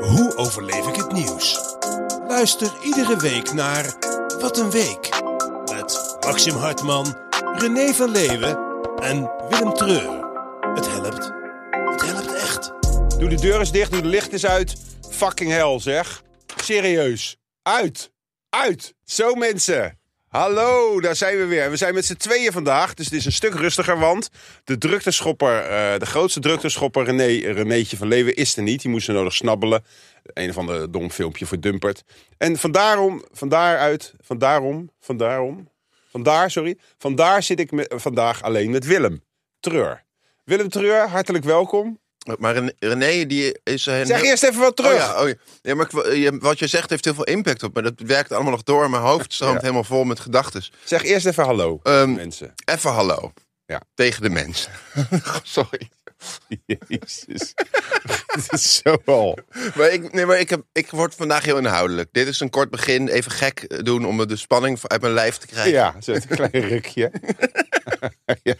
Hoe overleef ik het nieuws? Luister iedere week naar Wat een Week. Met Maxim Hartman, René van Leeuwen en Willem Treur. Het helpt. Het helpt echt. Doe de deur eens dicht, doe de licht eens uit. Fucking hell, zeg. Serieus. Uit. Uit. Zo, mensen. Hallo, daar zijn we weer. We zijn met z'n tweeën vandaag, dus het is een stuk rustiger. Want de drukteschopper, eh, de grootste drukteschopper, René, Renéetje van Leeuwen, is er niet. Die moest er nodig snabbelen. Een of ander dom filmpje voor Dumpert. En van daarom, van daaruit, van daarom, van daarom, vandaar, sorry. Vandaar zit ik me- vandaag alleen met Willem Treur. Willem Treur, hartelijk welkom. Maar Ren- René, die is... een Zeg heel- eerst even wat terug. Oh ja, oh ja. ja, maar ik wil- je- wat je zegt heeft heel veel impact op me. Dat werkt allemaal nog door. Mijn hoofd stroomt Ja. helemaal vol met gedachten. Zeg eerst even hallo, Ehm, mensen. Even hallo. Ja. Tegen de mensen. Sorry. Jezus. Het is zo al. Maar, ik, nee, maar ik, heb, ik word vandaag heel inhoudelijk. Dit is een kort begin. Even gek eh, doen om de spanning uit mijn lijf te krijgen. Ja, zo'n klein rukje. ja,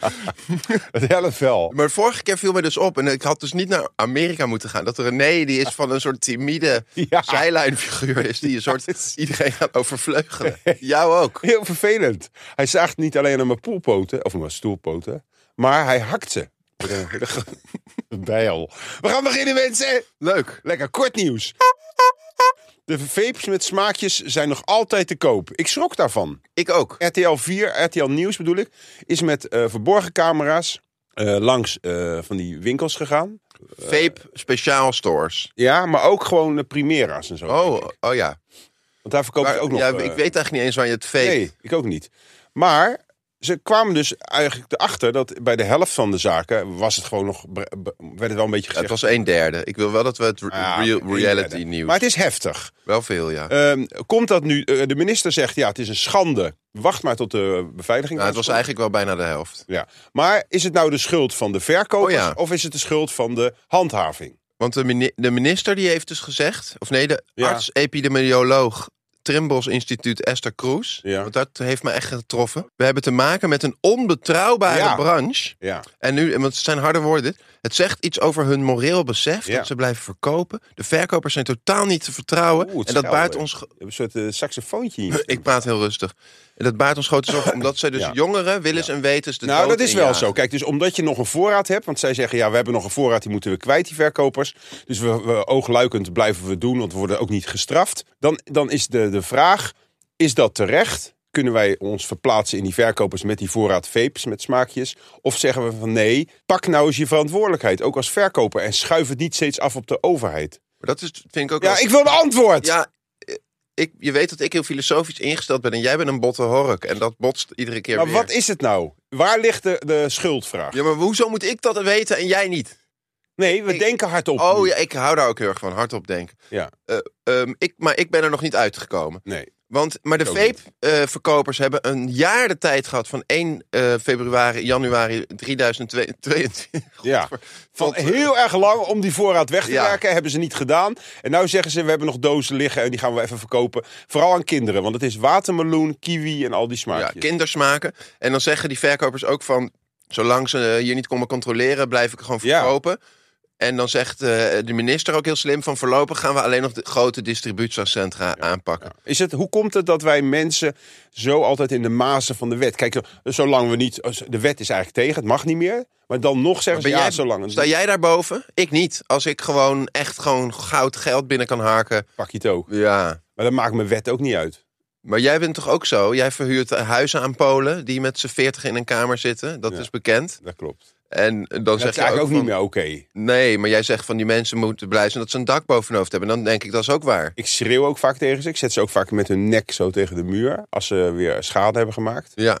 het helpt wel. Maar vorige keer viel mij dus op, en ik had dus niet naar Amerika moeten gaan. Dat René, die is van een soort timide Ja. zijlijnfiguur is. Die een soort iedereen gaat overvleugelen. Jou ook. Heel vervelend. Hij zaagt niet alleen aan mijn poelpoten, of aan mijn stoelpoten, maar hij hakt ze. Met een- met een gro- Bijl. We gaan beginnen, mensen. Leuk. Lekker kort nieuws. De veeps met smaakjes zijn nog altijd te koop. Ik schrok daarvan. Ik ook. RTL 4, RTL Nieuws bedoel ik, is met eh, verborgen camera's eh, langs eh, van die winkels gegaan. Eh, Vape speciaal stores. Ja, maar ook gewoon de Primera's en zo. Oh, oh ja. Want daar verkopen ze Maar- ook nog. ja, eh, ik weet eigenlijk niet eens waar je het vape... Nee, ik ook niet. Maar ze kwamen dus eigenlijk erachter dat bij de helft van de zaken was het gewoon nog, bre- bre- werd het wel een beetje Ja, het gezegd. was een derde. Ik wil wel dat we het re- ah, real- oké, reality verder. nieuws... Maar het is heftig. Wel veel, ja. Ehm, komt dat nu? eh, de minister zegt ja, het is een schande. Wacht maar tot de beveiliging. Nou, het aankomt. was eigenlijk wel bijna de helft. Ja. Maar is het nou de schuld van de verkopers Oh ja. of is het de schuld van de handhaving? Want de, mini- de minister die heeft dus gezegd... Of nee, de Ja. arts-epidemioloog Trimbos Instituut Esther Kroes. Ja. Want dat heeft me echt getroffen. We hebben te maken met een onbetrouwbare Ja. branche. Ja. En nu, want het zijn harde woorden. dit. Het zegt iets over hun moreel besef Ja. dat ze blijven verkopen. De verkopers zijn totaal niet te vertrouwen. Oeh, het en dat schelden. baart ons ge- Je hebt een soort eh, saxofoontje in je stem. Ik praat heel rustig. En dat baart ons grote zorgen, omdat zij dus Ja. jongeren, willens en wetens de Nou, dood dat is wel injagen. zo. Kijk, dus omdat je nog een voorraad hebt, want zij zeggen ja, we hebben nog een voorraad, die moeten we kwijt, die verkopers. Dus we, we oogluikend blijven we doen, want we worden ook niet gestraft. Dan, dan is de, de vraag: is dat terecht? Kunnen wij ons verplaatsen in die verkopers met die voorraad vapes, met smaakjes? Of zeggen we van nee, pak nou eens je verantwoordelijkheid, ook als verkoper, en schuif het niet steeds af op de overheid? Maar dat is, vind ik ook Ja, wel- ik wil een antwoord! Ja, eh, ik, je weet dat ik heel filosofisch ingesteld ben en jij bent een botte hork. En dat botst iedere keer maar weer. wat is het nou? Waar ligt de, de schuldvraag? Ja, maar hoezo moet ik dat weten en jij niet? Nee, we ik- denken hardop. Oh nu. ja, ik hou daar ook heel erg van, hardop denken. Ja. Eh, ehm, ik, maar ik ben er nog niet uitgekomen. Nee. Want, maar de Ik ook niet. vape-verkopers hebben een jaar de tijd gehad van 1 eh, februari, januari 2022. Ja. Van Tot, eh, heel erg lang om die voorraad weg te Ja. werken. Hebben ze niet gedaan. En nou zeggen ze, we hebben nog dozen liggen en die gaan we even verkopen. Vooral aan kinderen, want het is watermeloen, kiwi en al die Ja, smaakjes. kindersmaken. En dan zeggen die verkopers ook van... zolang ze eh, hier niet komen controleren, blijf ik gewoon Ja. verkopen. En dan zegt eh, de minister ook heel slim van... voorlopig gaan we alleen nog de grote distributiecentra aanpakken. Is het, hoe komt het dat wij mensen zo altijd in de mazen van de wet... Kijk, eh, zolang we niet... eh, De wet is eigenlijk tegen, het mag niet meer. Maar dan nog zeggen ze, Ben ja, jij- zolang... het- Sta jij daarboven? Ik niet. Als ik gewoon echt gewoon goud geld binnen kan harken. Pak je het ook. Ja. Maar dat maakt mijn wet ook niet uit. Maar jij bent toch ook zo? Jij verhuurt eh, huizen aan Polen... die met z'n veertig in een kamer zitten. Dat Ja. is bekend. Dat klopt. En dan Dat zeg is je ook, eigenlijk ook, van- niet meer oké. Nee, maar jij zegt van die mensen moeten blij zijn... dat ze een dak boven hun hoofd hebben. Dan denk ik, dat is ook waar. Ik schreeuw ook vaak tegen ze. Ik zet ze ook vaak met hun nek zo tegen de muur. Als ze weer schade hebben gemaakt. Ja.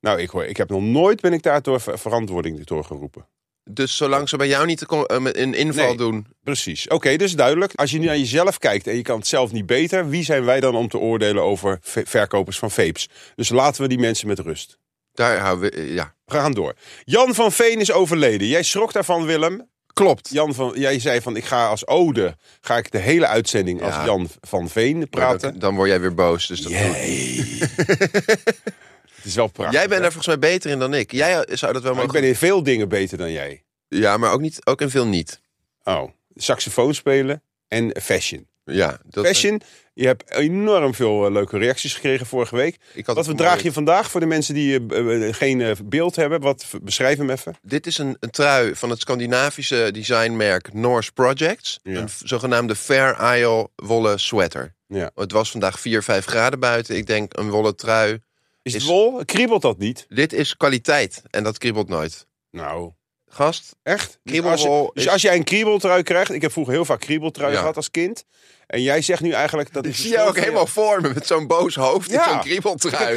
Nou, ik, hoor, ik heb nog nooit ben ik daardoor ver- verantwoording doorgeroepen. Dus zolang ze bij jou niet te kom- eh, met een inval Nee. doen. Precies. Oké, dus duidelijk. Als je nu naar jezelf kijkt en je kan het zelf niet beter, wie zijn wij dan om te oordelen over ve- verkopers van vapes? Dus laten we die mensen met rust. Daar houden we. eh, Ja, We gaan door. Jan van Veen is overleden. Jij schrok daarvan, Willem. klopt. Jan van, jij zei van, ik ga als ode, ga ik de hele uitzending als Ja. Jan van Veen Maar praten. Dan, dan word jij weer boos. Dus dat doe ik. Het is wel prachtig. Jij bent hè? daar volgens mij beter in dan ik. Jij eh, zou dat wel Maar ik mogen. ben in veel dingen beter dan jij. Ja, maar ook, niet, ook in veel niet. Oh, saxofoon spelen en fashion. Ja, dat Fashion, je hebt enorm veel eh, leuke reacties gekregen vorige week. Ik had Wat het verdraag je vanmorgen- vandaag voor de mensen die eh, eh, geen eh, beeld hebben? Wat, v- beschrijf hem even. Dit is een, een trui van het Scandinavische designmerk Norse Projects. Ja. Een v- zogenaamde Fair Isle wollen sweater. Ja. Het was vandaag 4, 5 graden buiten. Ik denk een wollen trui. Is, Is- het wol? Kriebelt dat niet? Dit is kwaliteit en dat kriebelt nooit. Nou, Gast, echt? Dus als, je, Kriebelwol dus is- als jij een kriebeltrui krijgt, ik heb vroeger heel vaak kriebeltrui Ja. gehad als kind. En jij zegt nu eigenlijk dat ik is zie jou ook helemaal voor me met zo'n boos hoofd Ja. en zo'n Ik heb kriebeltrui.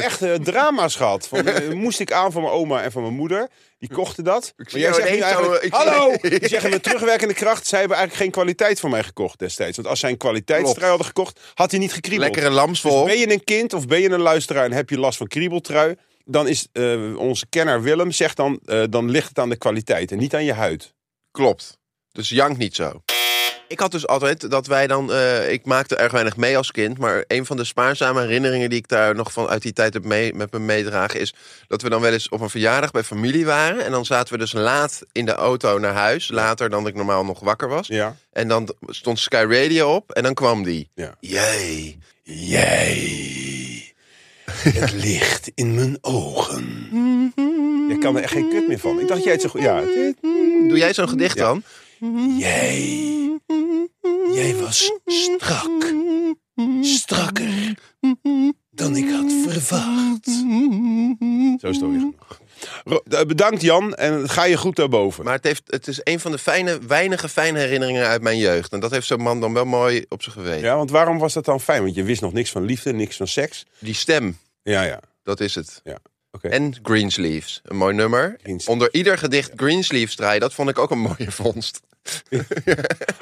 echt eh, drama's gehad. Van, eh, moest ik aan van mijn oma en van mijn moeder. Die kochten dat. Maar zie jij jou zegt nu ineens zo, eigenlijk, eh, ik zie- hallo! Die zeggen met terugwerkende kracht, zij hebben eigenlijk geen kwaliteit voor mij gekocht destijds. Want als zij een kwaliteitstrui Klopt. hadden gekocht, had hij niet gekriebeld. Lekkere Dus lamswol. ben je een kind of ben je een luisteraar en heb je last van kriebeltrui... dan is eh, onze kenner Willem, zegt dan, eh, dan ligt het aan de kwaliteit en niet aan je huid. Klopt. Dus jank niet zo. Ik had dus altijd dat wij dan. eh, ik maakte erg weinig mee als kind. Maar een van de spaarzame herinneringen die ik daar nog van uit die tijd heb mee, met me meedragen. is dat we dan wel eens op een verjaardag bij familie waren. En dan zaten we dus laat in de auto naar huis. Later dan ik normaal nog wakker was. Ja. En dan d- stond Sky Radio op. En dan kwam die. Ja. Jee. Jij, het licht in mijn ogen. Mhm. Je kan er echt geen kut meer van. Ik dacht jij het zo goed... Ja, Doe jij zo'n gedicht Ja. dan? Jij. Jij was strak. Strakker. Dan ik had verwacht. Zo is het alweer genoeg. Ro- eh, Bedankt Jan en ga je goed daarboven. Maar het, heeft, het is een van de fijne, weinige fijne herinneringen uit mijn jeugd. En dat heeft zo'n man dan wel mooi op zijn geweten. Ja, want waarom was dat dan fijn? Want je wist nog niks van liefde, niks van seks. Die stem. Ja, ja. Dat is het. Ja. Oké. En Greensleeves, een mooi nummer. Greensleeves. Onder ieder gedicht Greensleeves draaien, dat vond ik ook een mooie vondst.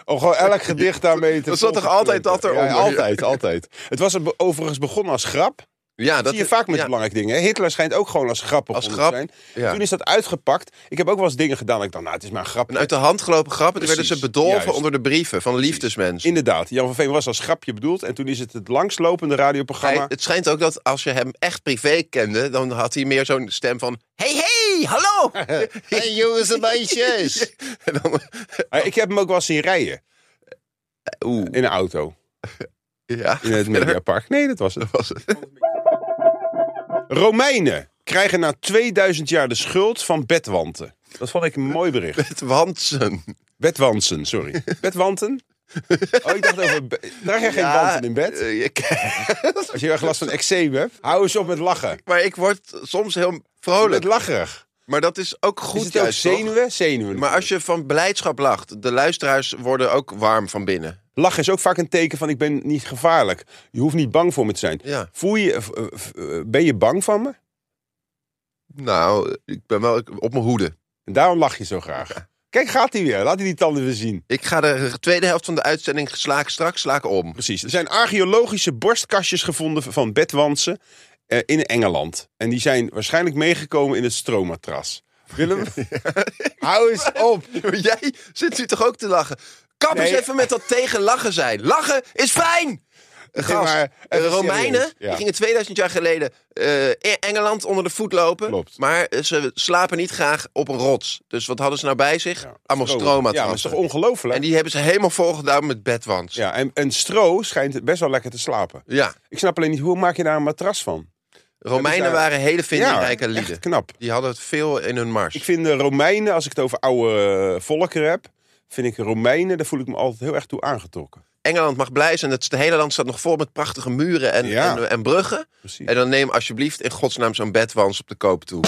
Oh, gewoon elk gedicht daarmee te Dat zat toch volgen. altijd dat eronder? Ja, altijd, altijd. Het was er be- overigens begonnen als grap. Ja, Dat zie je vaak met ja, belangrijke dingen. hè? Hitler schijnt ook gewoon als grappig Als begonnen grap, te zijn. ja. Toen is dat uitgepakt. Ik heb ook wel eens dingen gedaan. dat Ik dacht, nou, het is maar een grap. Een uit de hand gelopen grap. Toen werden Precies, ze bedolven juist. onder de brieven van liefdesmensen. Inderdaad, Jan van Veen was als grapje bedoeld. En toen is het het langslopende radioprogramma. Hij- het schijnt ook dat als je hem echt privé kende, dan had hij meer zo'n stem van... Hey, hey, hallo! hey, jongens en meisjes! En dan- Ah, Ik heb hem ook wel zien rijden Oeh, in een auto. ja. In het Mediapark. Nee, dat was het. Was het. Romeinen krijgen na 2000 jaar de schuld van bedwanten. Dat vond ik een mooi bericht. Het Wansen. Bedwansen, sorry. Bedwanten? Oh, ik dacht over... be- Draag jij geen Ja, wanten in bed? eh, je- Als je erg last van eczeem hebt, hou eens op met lachen. maar ik word soms heel Met vrolijk. lacherig. Maar dat is ook goed Is het ook juist, toch? zenuwen? Zenuwen. Maar als je van blijdschap lacht, de luisteraars worden ook warm van binnen. Lachen is ook vaak een teken van ik ben niet gevaarlijk. Je hoeft niet bang voor me te zijn. Ja. Voel je, v- v- eh, ben je bang van me? Nou, ik ben wel op mijn hoede. En daarom lach je zo graag. Kijk, gaat hij weer. Laat hij die tanden weer zien. Ik ga de tweede helft van de uitzending slaak straks slaak om. Precies. Er zijn archeologische borstkastjes gevonden van bedwansen eh, in Engeland. En die zijn waarschijnlijk meegekomen in het stroommatras. Willem, hou eens op. Jij zit nu toch ook te lachen? Kap eens Nee. even met dat tegen lachen zijn. Lachen is fijn! Gast, maar de even Romeinen serieus, ja. die gingen 2000 jaar geleden eh, in Engeland onder de voet lopen. Klopt. Maar eh, ze slapen niet graag op een rots. Dus wat hadden ze nou bij zich? Allemaal Ja, maar is toch stromatrassen. ongelooflijk? en die hebben ze helemaal volgedaan met bedwans. Ja, en, en stro schijnt best wel lekker te slapen. ja. Ik snap alleen niet, hoe maak je daar een matras van? Romeinen Dus daar- waren hele vindingrijke echt lieden. knap. Die hadden het veel in hun mars. Ik vind de Romeinen, als ik het over oude eh, volkeren heb... vind ik Romeinen, daar voel ik me altijd heel erg toe aangetrokken. Engeland mag blij zijn. Het hele land staat nog vol met prachtige muren en, Ja. en, en bruggen. Precies. En dan neem alsjeblieft in godsnaam zo'n bedwans op de koop toe.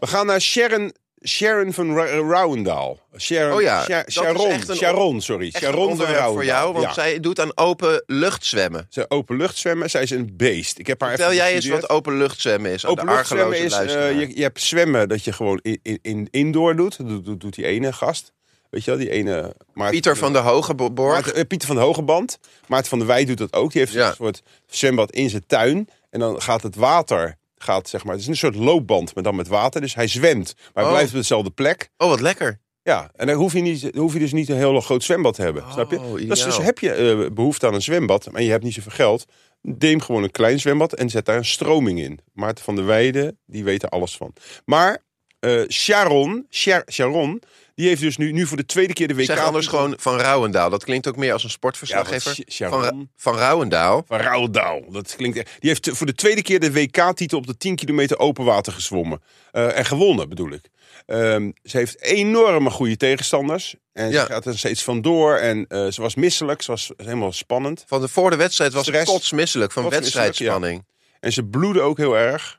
We gaan naar Sharon Sharon van Ra- eh, Rouwendaal. Sharon, Oh ja, Sha- dat is Sharon, echt een- Sharon, sorry. Echt Sharon een van onderwerp Rouwendaal. voor jou, want Ja. zij doet aan open lucht zwemmen. Zij openluchtzwemmen, zij is een beest. Ik heb haar Vertel even jij eens bestudeerd. wat open lucht zwemmen is. aan de Openluchtzwemmen argeloze is, eh, luisteraar. je, je hebt zwemmen dat je gewoon in, in, in- indoor doet. Dat doet, doet- doet die ene gast. Weet je wel, die ene... Maar Pieter van der Hogeborg. Maarten, eh, Pieter van de Hogeband. Maarten van der Wij doet dat ook. Die heeft Ja. een soort zwembad in zijn tuin. En dan gaat het water... Gaat, zeg maar, het is een soort loopband, maar dan met water. Dus hij zwemt, maar hij Oh. blijft op dezelfde plek. Oh, wat lekker. Ja, en dan hoef je, niet, dan hoef je dus niet een heel groot zwembad te hebben. Oh, snap je? Dus, dus ideaal. heb je eh, behoefte aan een zwembad, maar je hebt niet zoveel geld. Neem gewoon een klein zwembad en zet daar een stroming in. Maarten van der Weijden, die weet er alles van. Maar eh, Sharon, Sha- Sharon, die heeft dus nu, nu voor de tweede keer de WK... Zeg anders gewoon Van Rouwendaal. Dat klinkt ook meer als een Ja, sportverslaggever. want Sh- Sharon- van, Ra- van Rouwendaal. Van Rouwendaal. Dat klinkt. echt- Die heeft voor de tweede keer de WK-titel op de 10 kilometer open water gezwommen. Eh, en gewonnen, bedoel ik. Ehm, ze heeft enorme goede tegenstanders. En Ja. ze gaat er steeds vandoor. En eh, ze was misselijk. Ze was helemaal spannend. Van de, voor de wedstrijd was het Stress. kotsmisselijk van Kotsmisselijk, wedstrijdspanning. En ze bloedde ook heel erg.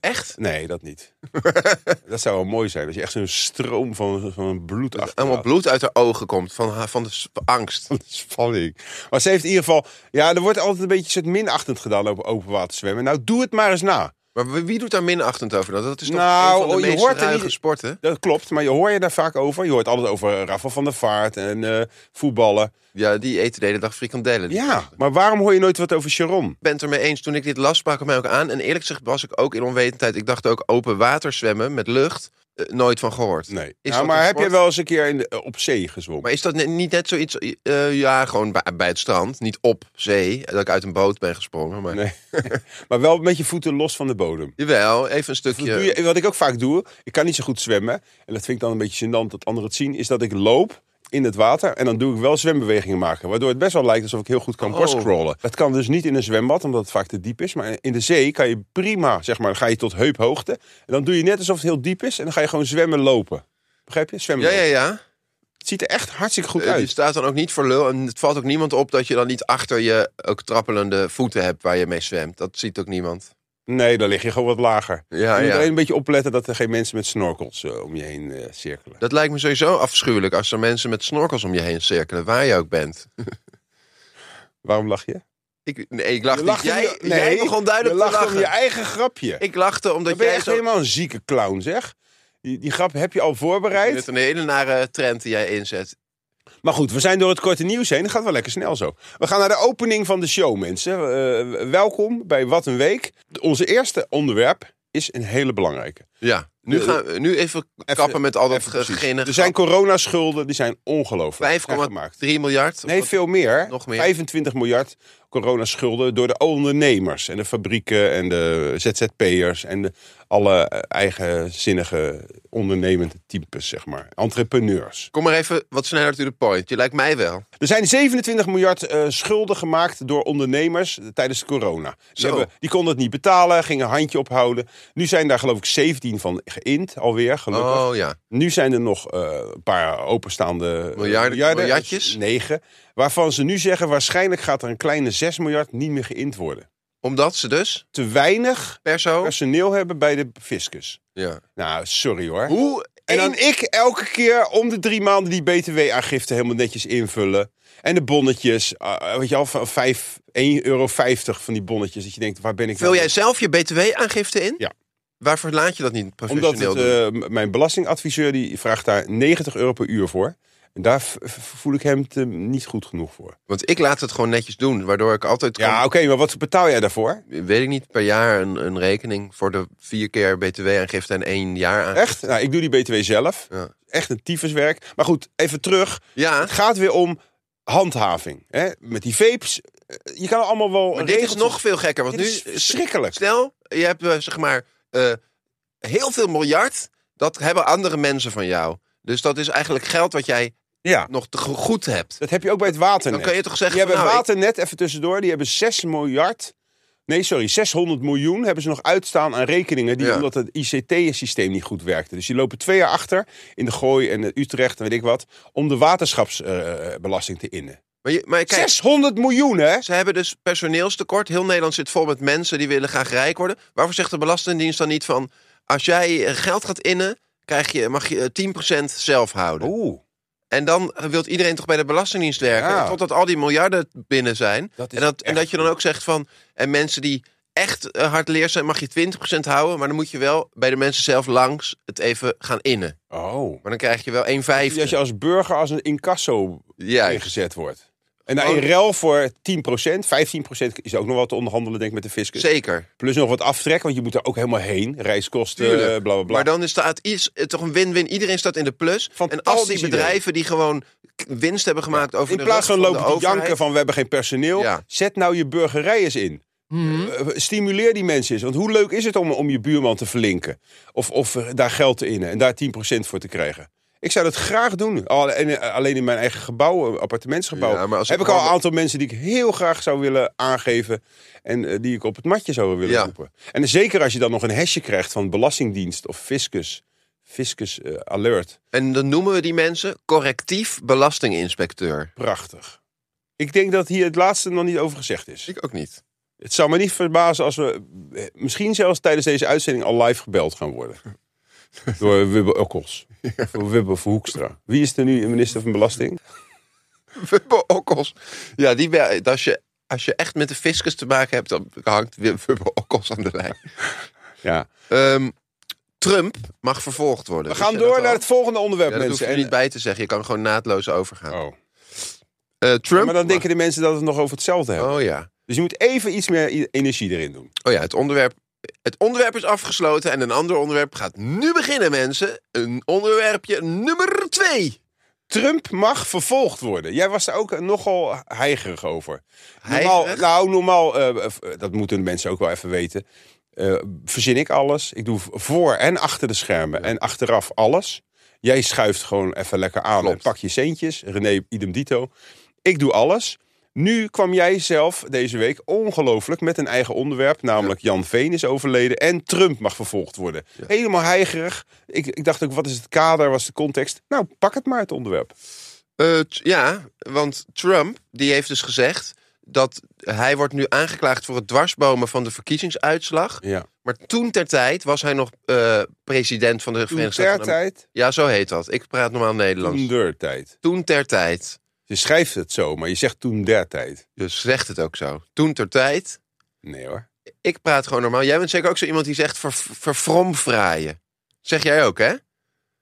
Echt? Nee, dat niet. dat zou wel mooi zijn. Dat je echt zo'n stroom van, van bloed achter. Allemaal bloed uit haar ogen komt van, ha- van de sp- angst. Van de spanning. Maar ze heeft in ieder geval... Ja, er wordt altijd een beetje soort minachtend gedaan op open water zwemmen. Nou, doe het maar eens na. Maar wie wie doet daar minachtend over? dan? Dat is toch Nou, een van oh, de je meest hoort er ruige niet- sporten? Dat klopt, maar je hoor je daar vaak over. Je hoort altijd over Rafael van der Vaart en eh, voetballen. Ja, die eten de hele dag frikandellen. Ja, maar waarom hoor je nooit wat over Sharon? Ik ben het ermee eens. Toen ik dit las, sprak het mij ook aan. En eerlijk gezegd was ik ook in onwetendheid. Ik dacht ook open water zwemmen met lucht. eh, nooit van gehoord. Nee. Is Nou, dat maar een heb je sport? wel eens een keer in de- eh, op zee gezwommen? Maar is dat ne- niet net zoiets... eh, ja, gewoon bij, bij het strand. Niet op zee. Dat ik uit een boot ben gesprongen. Maar Nee. maar wel met je voeten los van de bodem. jawel, even een Dat stukje... doe je, wat ik ook vaak doe, ik kan niet zo goed zwemmen. En dat vind ik dan een beetje gênant dat anderen het zien. Is dat ik loop in het water en dan doe ik wel zwembewegingen maken. Waardoor het best wel lijkt alsof ik heel goed kan Oh. borstcrawlen. Dat kan dus niet in een zwembad, omdat het vaak te diep is. Maar in de zee kan je prima, zeg maar, dan ga je tot heuphoogte. En dan doe je net alsof het heel diep is en dan ga je gewoon zwemmen lopen. Begrijp je? Zwemmen Ja, ja, lopen. ja. Het ziet er echt hartstikke goed Eh, Je uit. staat dan ook niet voor lul. En het valt ook niemand op dat je dan niet achter je ook trappelende voeten hebt waar je mee zwemt. Dat ziet ook niemand. Nee, dan lig je gewoon wat lager. Ja, je moet ja. alleen een beetje opletten dat er geen mensen met snorkels eh, om je heen eh, cirkelen. Dat lijkt me sowieso afschuwelijk als er mensen met snorkels om je heen cirkelen, waar je ook bent. Waarom lach je? Ik, nee, ik lachte Je niet. lacht om Jij, je- jij nee, begon duidelijk je te lacht lachen. om je eigen grapje. Ik lachte omdat Dan ben je jij echt zo... helemaal een zieke clown, zeg. Die, die grap heb je al Dit is voorbereid. een hele nare trend die jij inzet. Maar goed, we zijn door het korte nieuws heen. Dat gaat wel lekker snel zo. We gaan naar de opening van de show, mensen. Eh, welkom bij Wat een Week. Onze eerste onderwerp is een hele belangrijke. Ja, nu, Eh, gaan we, nu even kappen met al dat Even precies. geginnen. Er zijn coronaschulden, die zijn ongelooflijk. 5,3 miljard. Nee, Of- veel meer. Nog meer. 25 miljard coronaschulden door de ondernemers en de fabrieken en de ZZP'ers en de, alle eh, eigenzinnige ondernemende types, zeg maar. Entrepreneurs. Kom maar even wat sneller to the point. Je lijkt mij wel. Er zijn 27 miljard eh, schulden gemaakt door ondernemers eh, tijdens corona. Die, Zo. die konden het niet betalen, gingen een handje ophouden. Nu zijn daar geloof ik 17 van geïnd alweer, gelukkig. Oh ja. Nu zijn er nog eh, een paar openstaande Miljarden- miljardjes? 9. Negen. Waarvan ze nu zeggen, waarschijnlijk gaat er een kleine 6 miljard niet meer geïnd worden. Omdat ze dus, Te weinig perso... personeel hebben bij de fiscus. Ja. Nou, sorry hoor. Hoe? En één- dan ik elke keer om de drie maanden die btw-aangifte helemaal netjes invullen. En de bonnetjes, eh, weet je al, van vijf- 1,50 euro van die bonnetjes. Dat je denkt, waar ben ik Vul nou- jij zelf je btw-aangifte in? Ja. Waarvoor laat je dat niet professioneel Omdat het, doen? eh, m- mijn belastingadviseur die vraagt daar 90 euro per uur voor. En daar v- v- voel ik hem te, niet goed genoeg voor. Want ik laat het gewoon netjes doen, waardoor ik altijd... Ja, oké, maar wat betaal jij daarvoor? kan- weet ik niet, per jaar een, een rekening voor de vier keer btw-aangifte en één jaar aan. Echt? Nou, ik doe die BTW zelf. Ja. Echt een tyfuswerk. Maar goed, even terug. Ja, Het gaat weer om handhaving. Hè? Met die vapes. eh, Je kan er allemaal wel. maar dit is regels- nog veel gekker. Want Dit nu, is verschrikkelijk. stel, je hebt eh, zeg maar eh, heel veel miljard, dat hebben andere mensen van jou. Dus dat is eigenlijk geld wat jij Ja. nog te go- goed hebt. Dat heb je ook bij het waternet. Dan kan je toch zeggen, Die hebben van, nou, ik- waternet, even tussendoor, die hebben 6 miljard. Nee, sorry, 600 miljoen hebben ze nog uitstaan aan rekeningen. Die, Ja. Omdat het ICT-systeem niet goed werkte. Dus die lopen twee jaar achter in de Gooi en eh, Utrecht en weet ik wat. Om de waterschapsbelasting te innen. Maar, je- maar kijk, 600 miljoen, hè? Ze hebben dus personeelstekort. Heel Nederland zit vol met mensen die willen graag rijk worden. Waarvoor zegt de Belastingdienst dan niet van... als jij eh, geld gaat innen, krijg je, mag je eh, 10% zelf houden. Oeh, En dan wil iedereen toch bij de Belastingdienst werken. Ja. Totdat al die miljarden binnen zijn. Dat is en, dat, en echt dat je dan ook zegt van. En mensen die echt eh, hardleer zijn, mag je 20% houden. Maar dan moet je wel bij de mensen zelf langs het even gaan innen. oh. Maar dan krijg je wel 1,5. Dat je als burger als een incasso Juist. Oh. ingezet wordt. En daar in ruil voor 10%, 15% is ook nog wat te onderhandelen, denk ik, met de fiscus. Zeker. Plus nog wat aftrek, want je moet er ook helemaal heen. Reiskosten, Tuurlijk. eh, bla bla bla. Maar dan is het iets, eh, toch een win-win. Iedereen staat in de plus. En Fantastisch als die bedrijven die gewoon k- winst hebben gemaakt over in de plaats rug van van lopen de te janken overheid- van we hebben geen personeel, Ja. zet nou je burgerij eens in. Eh, Stimuleer die mensen eens. Want hoe leuk is het om, om je buurman te verlinken? Of, of eh, daar geld te innen en daar 10% voor te krijgen? Ik zou dat graag doen. Al- en, eh, alleen in mijn eigen gebouw, eh, appartementsgebouw. Ja, maar als heb ik ik al een gewoon- aantal mensen die ik heel graag zou willen aangeven. En eh, die ik op het matje zou willen Ja. roepen. En zeker als je dan nog een hesje krijgt van Belastingdienst of Fiscus. Fiscus eh, Alert. En dan noemen we die mensen correctief belastinginspecteur. Prachtig. Ik denk dat hier het laatste nog niet over gezegd is. Ik ook niet. Het zou me niet verbazen als we eh, misschien zelfs tijdens deze uitzending al live gebeld gaan worden. Door Wubbe Okkels. Of Wubbe Hoekstra. Wie is er nu minister van Belasting? Wubbe Okkels. Ja, die, be- als, je, als je echt met de fiscus te maken hebt, dan hangt Wubbe Okkels aan de lijn. Ja. Ehm, Trump mag vervolgd worden. We Wist gaan jij dat door al? naar het volgende onderwerp, Ja, dat hoef je mensen. er niet bij te zeggen. Je kan gewoon naadloos overgaan. Oh. Eh, Trump. Maar dan denken de mensen dat we het nog over hetzelfde hebben. Oh ja. Dus je moet even iets meer i- energie erin doen. Oh ja, het onderwerp. Het onderwerp is afgesloten en een ander onderwerp gaat nu beginnen, mensen. Een onderwerpje nummer twee. Trump mag vervolgd worden. Jij was daar ook nogal heigerig over. Normaal, Heigerig? nou, normaal, eh, v- dat moeten de mensen ook wel even weten. Eh, verzin ik alles. Ik doe v- voor en achter de schermen en achteraf alles. Jij schuift gewoon even lekker aan Klopt. en pak je centjes. René, idem dito. Ik doe alles. Nu kwam jij zelf deze week ongelooflijk met een eigen onderwerp. Namelijk Jan Veen is overleden en Trump mag vervolgd worden. Helemaal heigerig. Ik, ik dacht ook, wat is het kader, wat is de context? Nou, pak het maar, het onderwerp. Eh, t- ja, want Trump die heeft dus gezegd dat hij wordt nu aangeklaagd voor het dwarsbomen van de verkiezingsuitslag. Ja. Maar toen ter tijd was hij nog eh, president van de Toen Verenigde Staten. ter van Amerika. tijd, Ja, zo heet dat. Ik praat normaal Nederlands. toen Toen, der tijd. ter tijd. Je schrijft het zo, maar je zegt toen der tijd. Dus zegt het ook zo. Toen ter tijd. Nee hoor. Ik praat gewoon normaal. Jij bent zeker ook zo iemand die zegt ver, verfromfraaien. Zeg jij ook, hè?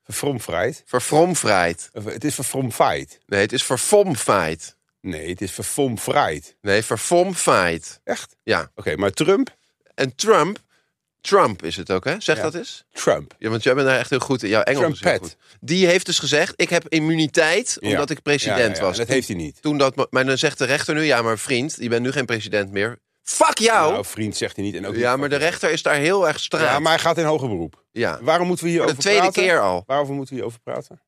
Verfromfrijd. Verfromfraait. Of, Het is verfromfeit. Nee, het is verfomfait. Nee, het is verfromfrijd. Nee, verfomfait. Echt? Ja. Oké, maar Trump? En Trump, Trump is het ook, hè? Zeg Ja. dat eens. Trump. Ja, want jij bent daar echt heel goed in. Jouw Engels is heel Trumpet. goed. Die heeft dus gezegd, ik heb immuniteit Ja. omdat ik president Ja, ja, ja, was. Dat heeft hij niet. Toen dat, maar dan zegt de rechter nu, ja, maar vriend, je bent nu geen president meer. Fuck jou! Nou, vriend zegt hij niet. En ook ja, niet- maar de rechter is daar heel erg straat. Ja, maar hij gaat in hoger beroep. Ja. Waarom moeten we hier Voor de over tweede praten? keer al. Waarover moeten we hierover praten?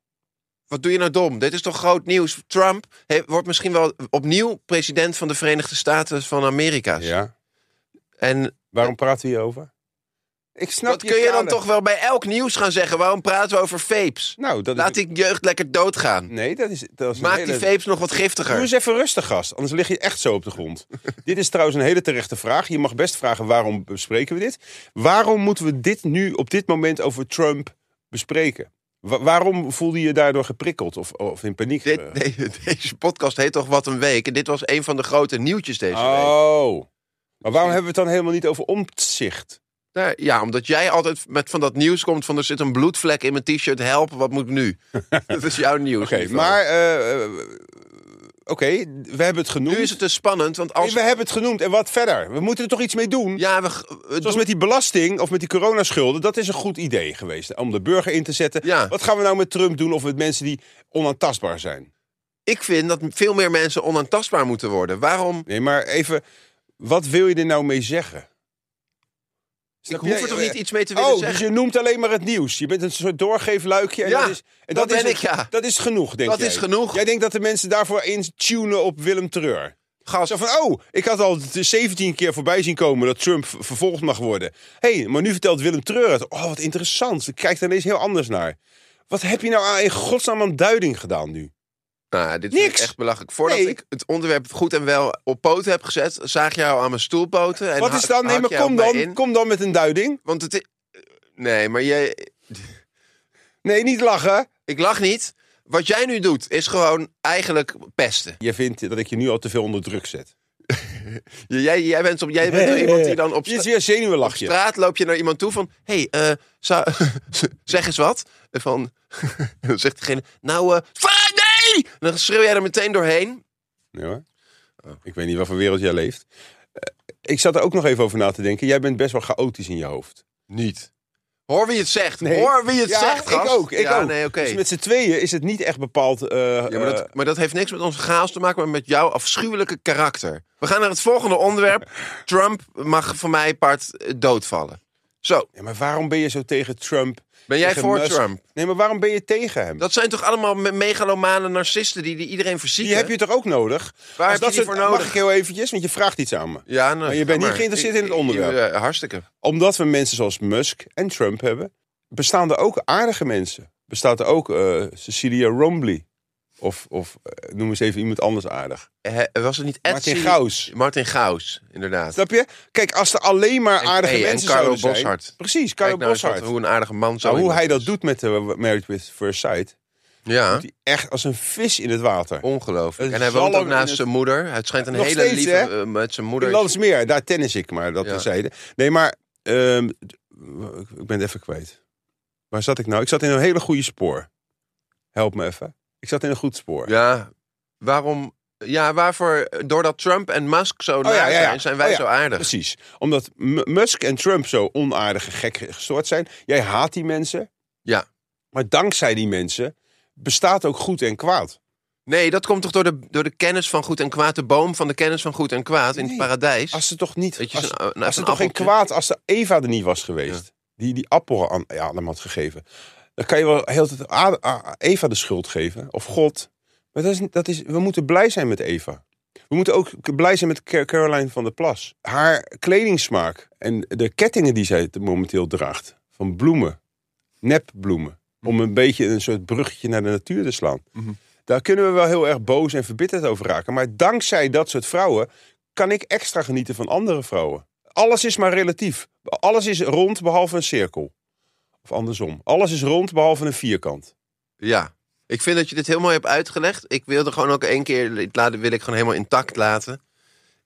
Wat doe je nou dom? Dit is toch groot nieuws? Trump he- wordt misschien wel opnieuw president van de Verenigde Staten van Amerika. Ja. En Waarom praten we hierover? Ik snap dat kun je dan kader. toch wel bij elk nieuws gaan zeggen. Waarom praten we over vapes? Nou, dat Laat is... die jeugd lekker doodgaan. Nee, dat is... Dat is een Maak hele- die vapes nog wat Doe giftiger. eens even rustig, gast. Anders lig je echt zo op de grond. dit is trouwens een hele terechte vraag. Je mag best vragen waarom bespreken we dit. Waarom moeten we dit nu op dit moment over Trump bespreken? Wa- waarom voelde je je daardoor geprikkeld of, of in paniek? eh? Dit, nee, deze podcast heet toch Wat een Week? En dit was een van de grote nieuwtjes deze week. oh. Maar waarom hebben we het dan helemaal niet over omzicht? Daar- Nou, ja, omdat jij altijd met van dat nieuws komt van er zit een bloedvlek in mijn t-shirt, help, wat moet ik nu? dat is jouw nieuws. Oké, maar... eh, eh, Oké, we hebben het genoemd. Nu is het dus spannend, want Nee, als... We hebben het genoemd en wat verder? We moeten er toch iets mee doen? Ja, we, g- we doen- Zoals met die belasting of met die coronaschulden, dat is een goed idee geweest om de burger in te zetten. Ja. Wat gaan we nou met Trump doen of met mensen die onaantastbaar zijn? ik vind dat veel meer mensen onaantastbaar moeten worden. Waarom? Nee, maar even, wat wil je er nou mee zeggen? Ik Snap hoef jij? er toch niet iets mee te willen Oh, dus zeggen? je noemt alleen maar het nieuws. Je bent een soort doorgeefluikje. En Ja, dat, is, en dat is ben het- ik, ja. Dat is genoeg, denk Dat jij. is genoeg. Jij denkt dat de mensen daarvoor intunen op Willem Treur. Gast, Zo van, oh, ik had al 17 keer voorbij zien komen dat Trump v- vervolgd mag worden. Hé, hey, maar nu vertelt Willem Treur het. Oh, wat interessant. Ik kijk er ineens heel anders naar. Wat heb je nou aan, in godsnaam aan duiding gedaan nu? nou, dit vind niks. ik echt belachelijk. Voordat Nee. ik het onderwerp goed en wel op poten heb gezet, zaag jij al aan mijn stoelpoten. En wat ha- is dan? Nee, haak maar jij op kom mij dan, in. kom dan met een duiding. Want het i- Nee, maar jij... Nee, niet lachen. Ik lach niet. Wat jij nu doet, is gewoon eigenlijk pesten. Je vindt dat ik je nu al te veel onder druk zet. J- Jij, jij bent, op, jij bent zo iemand die dan op, Je stra- is weer op zenuwlachje. straat loopt je naar iemand toe van... Hé, hey, eh, zou- zeg eens wat. En Van, en dan zegt degene... Nou, eh, "Fa- nee! En dan schreeuw jij er meteen doorheen. Nee hoor. Oh. Ik weet niet wat voor wereld jij leeft. Eh, ik zat er ook nog even over na te denken. Jij bent best wel chaotisch in je hoofd. Niet. Hoor wie het zegt. Nee. Hoor wie het ja, zegt, gast. ik ook. Ik ja, ook. nee, oké. Dus met z'n tweeën is het niet echt bepaald... eh, Ja, maar, eh, dat, maar dat heeft niks met onze chaos te maken, maar met jouw afschuwelijke karakter. We gaan naar het volgende onderwerp. Trump mag voor mij part eh, doodvallen. Zo, ja, maar waarom ben je zo tegen Trump? ben jij Tegen voor Musk? Trump? Nee, maar waarom ben je tegen hem? Dat zijn toch allemaal me- megalomane narcisten die, die iedereen die verzieken? heb je toch ook nodig? Als Waar heb dat je die soort- voor nodig? Mag ik heel eventjes, want je vraagt iets aan me. Ja, nou, Maar je bent ga niet geïnteresseerd in het onderwerp. Ja, hartstikke. Omdat we mensen zoals Musk en Trump hebben, bestaan er ook aardige mensen. Bestaat er ook eh, Cecilia Rombly. Of, of eh, noem eens even iemand anders aardig. Eh, was het niet Etsy? Martin Gauws. Martin Gauws, inderdaad. Snap je? Kijk, als er alleen maar En- aardige hey, en mensen Carlo zouden zijn... Boszhard. Precies, Carlo Kijk nou eens wat- Boszhard. hoe dus- een aardige man zo Nou, hoe iemand hij dat is. doet met de Married with First Sight. Ja, Die echt als een vis in het water. ongelooflijk. Een En hij woont ook zalm in naast het- zijn moeder. Het schijnt een Nog hele steeds, lieve... hè? eh, met zijn moeder In is- Landsmeer, daar tennis ik maar, dat Ja. terzijde. Nee, maar... ehm, d- ik- ik ben het even kwijt. Waar zat ik nou? Ik zat in een hele goede spoor. Help me even. Ik zat in een goed spoor. Ja, waarom? Ja, waarvoor? Doordat Trump en Musk zo naar ja, ja, ja. zijn, zijn wij Oh, ja. zo aardig. Precies. Omdat M- Musk en Trump zo onaardig en gek gestoord zijn. Jij haat die mensen. Ja. Maar dankzij die mensen bestaat ook goed en kwaad. Nee, dat komt toch door de, door de kennis van goed en kwaad, de boom van de kennis van goed en kwaad in Nee, het paradijs. Als er toch niet... Weet je, als, zo'n- nou, als er zo'n toch geen appeltje. kwaad... Als de Eva er niet was geweest. Die die appel aan, ja, aan hem had gegeven. Dan kan je wel heel de tijd Ad- A- Eva de schuld geven. Of God. Maar dat is, dat is, we moeten blij zijn met Eva. We moeten ook blij zijn met Car- Caroline van der Plas. Haar kledingsmaak en de kettingen die zij momenteel draagt. Van bloemen. nepbloemen. Mhm. Om een beetje een soort bruggetje naar de natuur te slaan. Daar kunnen we wel heel erg boos en verbitterd over raken. Maar dankzij dat soort vrouwen kan ik extra genieten van andere vrouwen. Alles is maar relatief. Alles is rond behalve een cirkel. Of andersom. Alles is rond behalve een vierkant. Ja, ik vind dat je dit heel mooi hebt uitgelegd. Ik wilde gewoon ook één keer, dit laten, wil ik gewoon helemaal intact laten.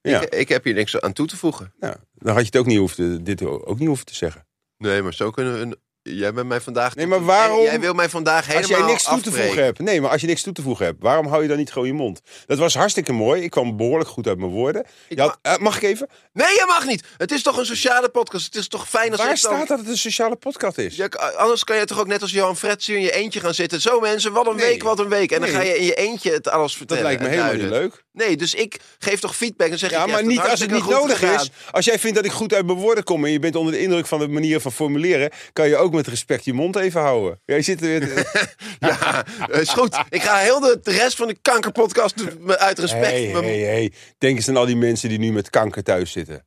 Ja. Ik, eh, ik heb hier niks aan toe te voegen. Nou, dan had je het ook niet hoeven te- dit ook niet hoeven te zeggen. Nee, maar zo kunnen we... Een, jij bent mij vandaag... Nee, maar waarom- Jij wil mij vandaag helemaal Als jij niks toe te afbreken. voegen hebt. Nee, maar als je niks toe te voegen hebt, waarom hou je dan niet gewoon je mond? Dat was hartstikke mooi. Ik kwam behoorlijk goed uit mijn woorden. Je had- eh, mag ik even? Nee, je mag niet! Het is toch een sociale podcast? Het is toch fijn als Waar ik dan- staat dat het een sociale podcast is? Ja, k- eh, anders kan je toch ook net als Johan Frets hier in je eentje gaan zitten. Zo mensen, wat een Nee. week, wat een week. En Nee. dan ga je in je eentje het alles Dat vertellen. lijkt me en helemaal niet duiden. leuk. Nee, dus ik geef toch feedback en zeg ik, Ja, je maar hebt niet als het niet hartstikke nodig goed is. Als jij vindt dat ik goed uit mijn woorden kom en je bent onder de indruk van de manier van formuleren, kan je ook met respect je mond even houden. Jij zit er weer. te- gedaan. Ja, Eh, is goed. Ik ga heel de, de rest van de kankerpodcast uit respect. hey, hey, hey. Denk eens aan al die mensen die nu met kanker thuis zitten.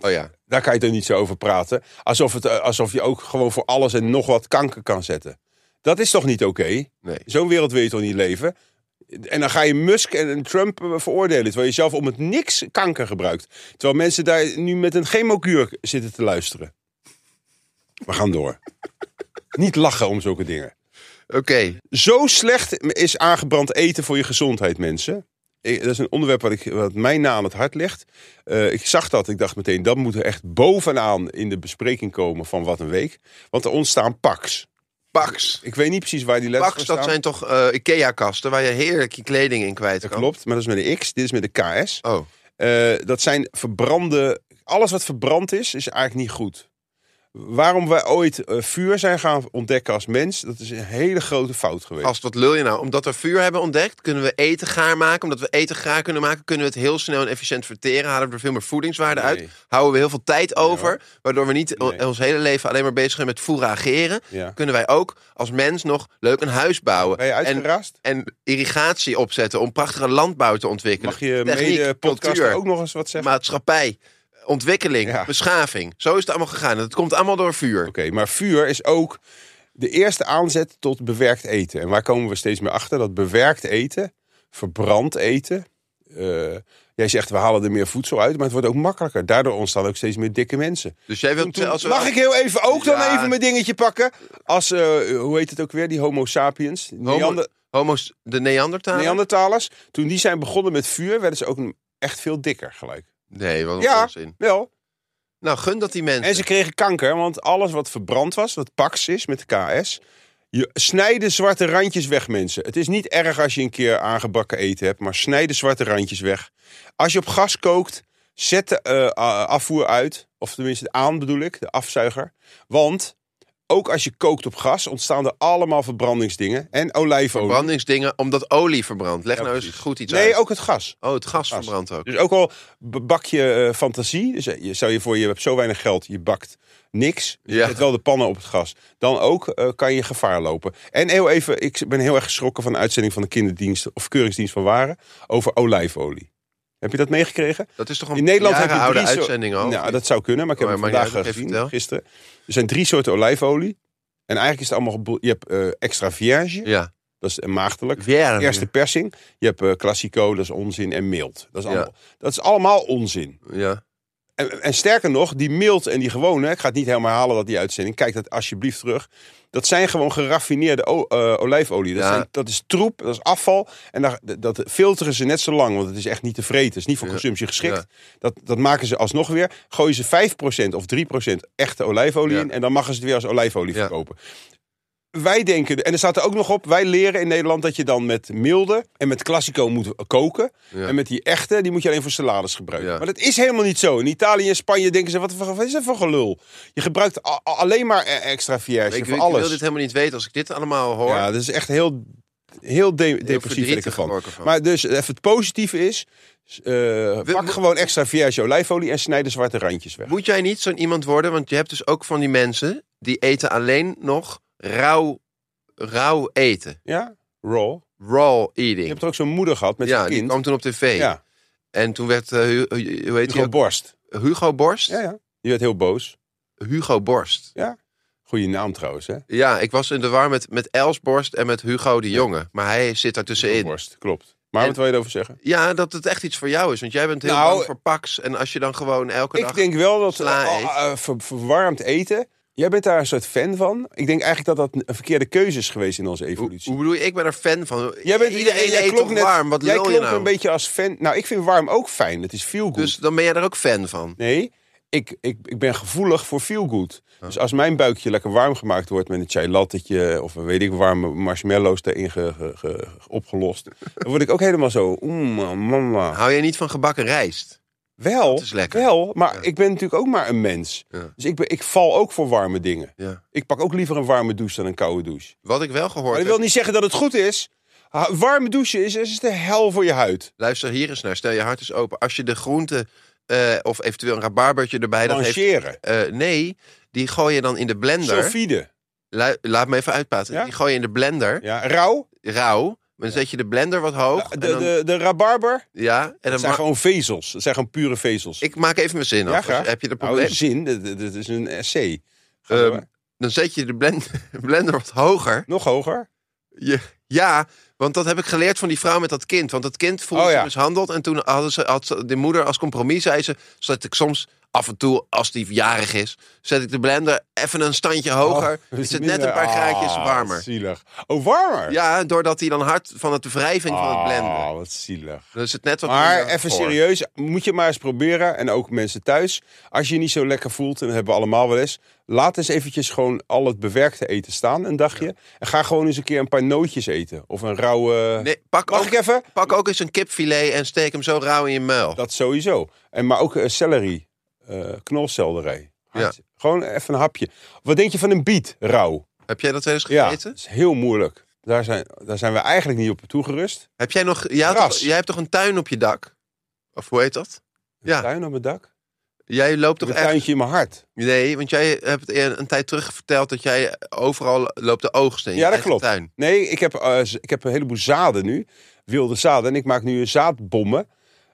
Oh ja. Daar kan je toch niet zo over praten. Alsof, het, eh, alsof je ook gewoon voor alles en nog wat kanker kan zetten. Dat is toch niet oké? Nee. Zo'n wereld wil je toch niet leven? En dan ga je Musk en en Trump eh, veroordelen. Terwijl je zelf om het niks kanker gebruikt. Terwijl mensen daar nu met een chemokuur zitten te luisteren. We gaan door. niet lachen om zulke dingen. Oké. Zo slecht is aangebrand eten voor je gezondheid, mensen. Ik- dat is een onderwerp wat, ik, wat mij na aan het hart ligt. Eh, ik zag dat, ik dacht meteen, dat moet er echt bovenaan in de bespreking komen van Wat een Week. Want er ontstaan paks. Pax. Ik weet niet precies waar die letters Pax, voor dat staan. zijn toch eh, Ikea-kasten waar je heerlijk je kleding in kwijt kan. Dat klopt, maar dat is met de X, dit is met de KS. Oh. Eh, dat zijn verbrande. Alles wat verbrand is, is eigenlijk niet goed. Waarom wij ooit eh, vuur zijn gaan ontdekken als mens, dat is een hele grote fout geweest. Gast, wat lul je nou? Omdat we vuur hebben ontdekt, kunnen we eten gaar maken. Omdat we eten gaar kunnen maken, kunnen we het heel snel en efficiënt verteren. Halen we er veel meer voedingswaarde Nee. uit. Houden we heel veel tijd over. Waardoor we niet o- Nee. ons hele leven alleen maar bezig zijn met fourageren. Ja. Kunnen wij ook als mens nog leuk een huis bouwen. Ben je en, uitgeraasd? en irrigatie opzetten om prachtige landbouw te ontwikkelen. Mag je Techniek, mede-podcast cultuur, ook nog eens wat zeggen? maatschappij, ontwikkeling, Ja. beschaving. Zo is het allemaal gegaan. En het komt allemaal door vuur. Oké, maar vuur is ook de eerste aanzet tot bewerkt eten. En waar komen we steeds meer achter? Dat bewerkt eten, verbrand eten, eh, jij zegt we halen er meer voedsel uit, maar het wordt ook makkelijker. Daardoor ontstaan ook steeds meer dikke mensen. Dus jij wilt... Toen- als we- mag ik heel even ook dan Ja. even mijn dingetje pakken? Als, eh, hoe heet het ook weer, die homo sapiens? Die Homo- Neander- Homo's, de Neandertaler? Neandertalers. Toen die zijn begonnen met vuur, werden ze ook echt veel dikker gelijk. Nee, wat een Ja. onzin. Wel. Nou, gun dat die mensen. En ze kregen kanker, want alles wat verbrand was, wat pax is met de KS... Je snij de zwarte randjes weg, mensen. Het is niet erg als je een keer aangebakken eten hebt, maar snij de zwarte randjes weg. Als je op gas kookt, zet de eh, a- afvoer uit. Of tenminste aan bedoel ik, de afzuiger. Want ook als je kookt op gas, ontstaan er allemaal verbrandingsdingen. En olijfolie. Verbrandingsdingen, omdat olie verbrandt. Leg Ja, nou eens precies. goed iets Nee, uit. ook het gas. Oh, het gas Gas. verbrandt ook. Dus ook al b- bak je eh, fantasie, dus eh, je, stel je voor je hebt zo weinig geld, je bakt niks, je Ja. zet wel de pannen op het gas, dan ook eh, kan je gevaar lopen. En heel even, ik ben heel erg geschrokken van de uitzending van de kinderdienst of keuringsdienst van waren over olijfolie. Heb je dat meegekregen? Dat is toch een In Nederland heb je drie oude soort- uitzending al? Nou, dat zou kunnen, maar ik heb Oh, het maar maakt vandaag niet uit, gezien, even vertel. gisteren. Er zijn drie soorten olijfolie. En eigenlijk is het allemaal, gebo- je hebt eh, extra vierge, Ja. dat is eh, maagdelijk. Weer. Eerste persing. Je hebt eh, Classico, dat is onzin. En mild. Dat is Ja. allemaal, dat is allemaal onzin. Ja. En, en sterker nog, die mild en die gewone. Ik ga het niet helemaal halen dat die uitzending. Kijk dat alsjeblieft terug. Dat zijn gewoon geraffineerde o- eh, olijfolie. Dat, Ja. zijn, dat is troep, dat is afval. En daar, dat filteren ze net zo lang. Want het is echt niet te vreten. Het is niet voor Ja. consumptie geschikt. Ja. Dat, dat maken ze alsnog weer. Gooien ze 5% of 3% echte olijfolie Ja. in. En dan mogen ze het weer als olijfolie Ja. verkopen. Wij denken, en er staat er ook nog op, wij leren in Nederland dat je dan met milde en met classico moet koken. Ja. En met die echte, die moet je alleen voor salades gebruiken. Ja. Maar dat is helemaal niet zo. In Italië en Spanje denken ze, wat, voor- wat is dat voor gelul? Je gebruikt a- a- alleen maar eh, extra vierge Ik, voor ik wil alles. dit helemaal niet weten als ik dit allemaal hoor. ja, dat is echt heel, heel, de- depressief vind ik verdrietig ervan. word ik ervan. Maar dus even het positieve is, s- eh, pak we- gewoon extra vierge olijfolie en snijd de zwarte randjes weg. Moet jij niet zo'n iemand worden? Want je hebt dus ook van die mensen die eten alleen nog rauw, rauw eten. Ja? Raw. Raw Je eating. hebt er ook zo'n moeder gehad met ja, zijn die kind. kwam toen op tv. ja, En toen werd, eh, Hu- Hu- hoe heet hij Hugo Borst. ook? Hugo Borst? Ja, ja. Die werd heel boos. Hugo Borst. Goeie naam trouwens, hè? Ja, ik was in de war met, met Els Borst en met Hugo de Jonge. Maar hij zit daar Hugo tussenin. Borst, klopt. Maar En- wat wil je erover zeggen? Ja, dat het echt iets voor jou is. Want jij bent heel Nou, bang voor Pax. En als je dan gewoon elke dag... Ik denk wel dat sla eh, eet. eh, ver- verwarmd eten. Jij bent daar een soort fan van. Ik denk eigenlijk dat dat een verkeerde keuze is geweest in onze Hoe, evolutie. hoe bedoel je? Ik ben er fan van. Jij bent, Iedereen jij eet klonk toch warm? Wat jij lul je klonk nou? een beetje als fan. Nou, ik vind warm ook fijn. Het is feel good. Dus dan ben jij er ook fan van. Nee, ik, ik, ik ben gevoelig voor feel good. Dus als mijn buikje lekker warm gemaakt wordt met een chai lattetje of weet ik warme marshmallows daarin ge- ge- ge- opgelost, dan word ik ook helemaal zo. Oeh, mama. Hou jij niet van gebakken rijst? Wel, Dat is lekker. wel, maar Ja. ik ben natuurlijk ook maar een mens. Ja. Dus ik, ben, ik val ook voor warme dingen. Ja. Ik pak ook liever een warme douche dan een koude douche. Wat ik wel gehoord Maar dat heb... wil niet zeggen dat het goed is. Ha- Warme douchen is, is de hel voor je huid. Luister hier eens naar. Stel je hart eens open. Als je de groente eh, of eventueel een rabarbertje erbij... Dat heeft, Blancheren. eh, nee, die gooi je dan in de blender. Sulfide. Lu- laat me even uitpraten. Ja? Die gooi je in de blender. Ja, rauw. Rauw. Maar dan zet je de blender wat hoog. De, en dan, de, de rabarber. ja, en dan Dat zijn ma- gewoon vezels. Dat zijn gewoon pure vezels. Ik maak even mijn zin Ja, af. dus graag. Heb je de Nou, probleem? zin, dat, dat- dat is een essay. Ga Ehm, door. dan zet je de blend- blender wat hoger. Nog hoger. Je- ja, want dat heb ik geleerd van die vrouw met dat kind. Want dat kind voelde Oh, zich ja. mishandeld. En toen hadden ze, had ze- de moeder als compromis, zei ze... zet ik soms af en toe, als die jarig is... zet ik de blender even een standje hoger. Oh, is het minder- net een paar Ah, graadjes warmer. zielig. Oh, warmer? Ja, doordat hij dan hard van het wrijving van het blenden. Ah, wat zielig. Dan is het net wat Maar minder even voor. serieus, moet je maar eens proberen. En ook mensen thuis. Als je je niet zo lekker voelt, en dat hebben we allemaal wel eens. Laat eens eventjes gewoon al het bewerkte eten staan, een dagje. En ga gewoon eens een keer een paar nootjes eten. Of een rauwe... Nee, pak, Mag ook, ik even? pak ook eens een kipfilet en steek hem zo rauw in je muil. Dat sowieso. En maar ook eh, celery. eh knolselderij. Ja. Gewoon even een hapje. Wat denk je van een biet, rauw? Heb jij dat wel eens Ja, gegeten? dat is heel moeilijk. Daar zijn, daar zijn we eigenlijk niet op toegerust. Heb jij nog... Jij, had Gras. toch- jij hebt toch een tuin op je dak? Of hoe heet dat? Ja. Een tuin op het dak. Jij loopt Toch toch een echt... tuintje in mijn hart. Nee, want jij hebt een, een tijd terug verteld dat jij overal loopt de oogsten in je Ja, dat eigen klopt. tuin. Nee, ik heb, eh, z- ik heb een heleboel zaden nu. Wilde zaden. En ik maak nu zaadbommen.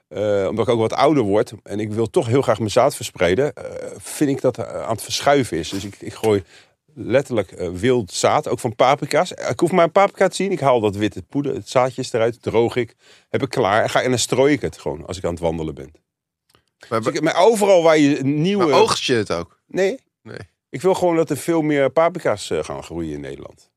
Eh, omdat ik ook wat ouder word. En ik wil toch heel graag mijn zaad verspreiden. eh, vind ik dat eh, aan het verschuiven is. Dus ik, ik gooi letterlijk eh, wild zaad, ook van paprika's. Eh, Ik hoef maar een paprika te zien. Ik haal dat witte poeder, het zaadjes eruit, droog ik, heb ik klaar. En, ga, en dan strooi ik het gewoon als ik aan het wandelen ben. Maar, Dus ik, maar overal waar je een nieuwe... maar oogst je het ook? Nee. Nee. Ik wil gewoon dat er veel meer paprika's eh, gaan groeien in Nederland.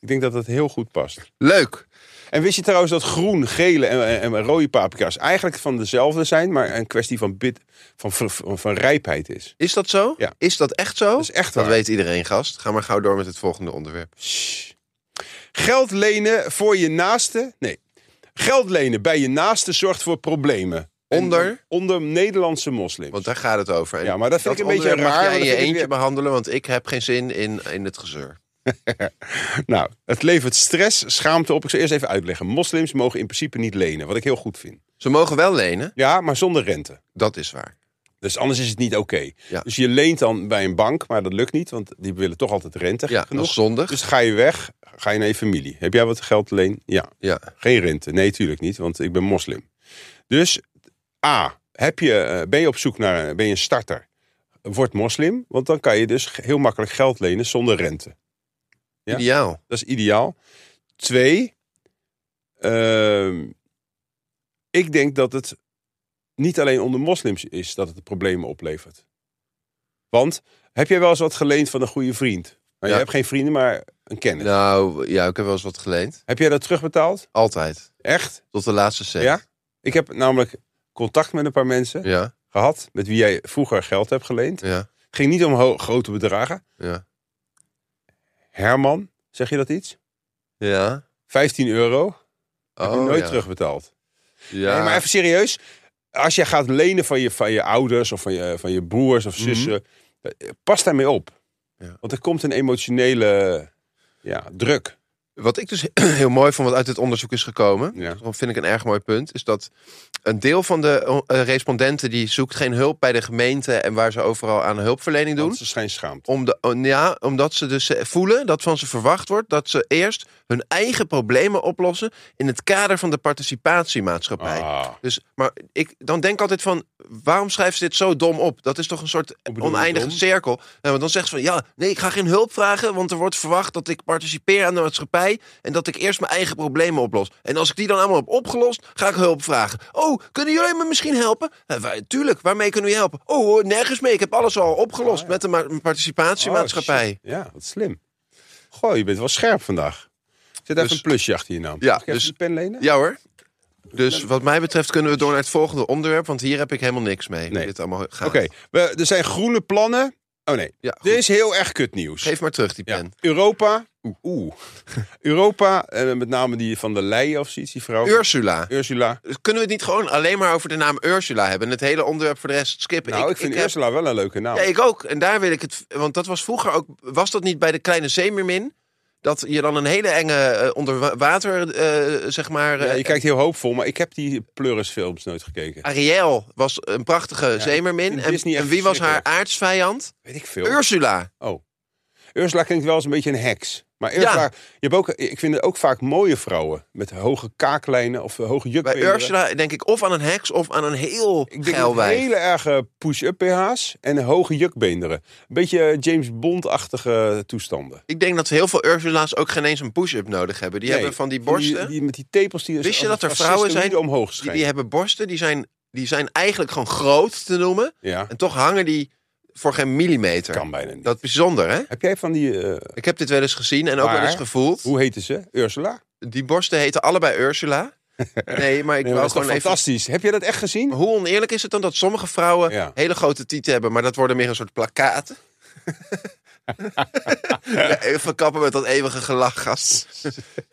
Ik denk dat dat heel goed past. Leuk. En wist je trouwens dat groen, gele en, en, en rode paprika's eigenlijk van dezelfde zijn, maar een kwestie van, bit, van, ver- van, van rijpheid is? Is dat zo? Ja. Is dat echt zo? Dat is echt Dat waar. weet iedereen, gast. Ga maar gauw door met het volgende onderwerp. Shh. Geld lenen voor je naaste. Nee. Geld lenen bij je naaste zorgt voor problemen. En- Onder? onder Nederlandse moslims. Want daar gaat het over. En Ja, maar dat vind ik een beetje onderwerp raar, Mag jij want in dat je vind ik eentje weer- behandelen, want ik heb geen zin in, in het gezeur. Nou, het levert stress, schaamte op. Ik zal eerst even uitleggen. Moslims mogen in principe niet lenen, wat ik heel goed vind. Ze mogen wel lenen, Ja, maar zonder rente. dat is waar. Dus anders is het niet oké. Ja. Dus je leent dan bij een bank, maar dat lukt niet, want die willen toch altijd rente Ja, dat genoeg. is zondig. Dus ga je weg, ga je naar je familie. Heb jij wat geld leen? Ja. Ja. Geen rente? Nee, tuurlijk niet, want ik ben moslim. Dus A, heb je, eh, ben je op zoek naar, ben je een starter? Word moslim, want dan kan je dus g- heel makkelijk geld lenen zonder rente. Ja. Ideaal. Dat is ideaal. Twee, ehm, ik denk dat het niet alleen onder moslims is dat het de problemen oplevert. Want heb jij wel eens wat geleend van een goede vriend? Nou, Ja. Je hebt geen vrienden, maar een kennis. Nou, ja, ik heb wel eens wat geleend. Heb jij dat terugbetaald? Altijd. Echt? Tot de laatste cent. Ja? Ik heb namelijk contact met een paar mensen Ja, gehad met wie jij vroeger geld hebt geleend. ja, Ging niet om ho- grote bedragen. ja. Herman, zeg je dat iets? Ja. 15 euro. Heb je Oh, nooit ja. terugbetaald. Ja. Nee, maar even serieus. Als je gaat lenen van je, van je ouders of van je, van je broers of zussen, eh, pas daarmee op. Mhm. Ja. Want er komt een emotionele ja, druk. Wat ik dus heel mooi vond, wat uit dit onderzoek is gekomen, Ja. dat vind ik een erg mooi punt, is dat een deel van de eh, respondenten die zoekt geen hulp bij de gemeente en waar ze overal aan hulpverlening doen. Want ze zijn schaamd. Om de, oh, ja, omdat ze dus eh, voelen dat van ze verwacht wordt dat ze eerst hun eigen problemen oplossen in het kader van de participatiemaatschappij. Ah, Dus, maar ik, dan denk ik altijd van, waarom schrijven ze dit zo dom op? Dat is toch een soort bedoel je oneindige dom? cirkel. Nou, want dan zegt ze van, ja, nee, ik ga geen hulp vragen, want er wordt verwacht dat ik participeer aan de maatschappij en dat ik eerst mijn eigen problemen oplos. En als ik die dan allemaal heb opgelost, ga ik hulp vragen. Oh, kunnen jullie me misschien helpen? Eh, wa- tuurlijk, waarmee kunnen we je helpen? Oh, hoor, nergens mee, ik heb alles al opgelost Ah, ja. met de ma- participatiemaatschappij. Oh, shit. ja, wat slim. Goh, je bent wel scherp vandaag. Zet even Dus- een plusje achter je naam. Ja, Mag ik even dus- de pen lenen? ja hoor. Dus wat mij betreft kunnen we door naar het volgende onderwerp, want hier heb ik helemaal niks mee. hoe Nee. Dit allemaal gaat. Oké, we- er zijn groene plannen. Oh nee, Ja, goed. dit is heel erg kut nieuws. Geef maar terug die Ja. pen. Europa, oeh, oeh. Europa, en met name die van der Leyen of zoiets, die vrouw. Ursula. Ursula. Kunnen we het niet gewoon alleen maar over de naam Ursula hebben? en Het hele onderwerp voor de rest skippen. Nou, ik, vind heb- Ursula wel een leuke naam. Ja, ik ook. En daar wil ik het. Want dat was vroeger ook. Was dat niet bij de kleine zeemermin? Dat je dan een hele enge eh, onder wa- water, eh, zeg maar. Ja, eh, je kijkt heel hoopvol, maar ik heb die Pleurisfilms nooit gekeken. Ariel was een prachtige zeemermin. vind En, Disney echt en wie was haar verschrikkelijk. aardsvijand? Weet ik veel. Ursula. Ursula klinkt wel eens een beetje een heks. Maar Ursula, Ja. je hebt ook, ik vind het ook vaak mooie vrouwen. Met hoge kaaklijnen of eh, hoge Bij jukbeenderen. Ursula denk ik of aan een heks of aan een heel Ik denk geil met wijf. hele erge push-up PH's en hoge jukbeenderen. Een beetje James Bond-achtige toestanden. Ik denk dat heel veel Ursula's ook geen eens een push-up nodig hebben. Die Nee, hebben van die Die, borsten. die met die tepels die Wist als je dat er een vrouwen fascistoïde zijn omhoog Die, schijnen? die hebben borsten, die zijn, die zijn eigenlijk gewoon groot te noemen. Ja, En toch hangen die voor geen millimeter. kan bijna niet. Dat is bijzonder, hè? Heb jij van die, eh, Ik heb dit wel eens gezien en ook Maar- wel eens gevoeld. hoe heten ze? Ursula? Die borsten heten allebei Ursula. Nee, maar ik Nee, maar dat wou is toch gewoon even... fantastisch. Heb jij dat echt gezien? Hoe oneerlijk is het dan dat sommige vrouwen Ja. hele grote tieten hebben... maar dat worden meer een soort plakkaten? Ja, even kappen met dat eeuwige gelach, gast.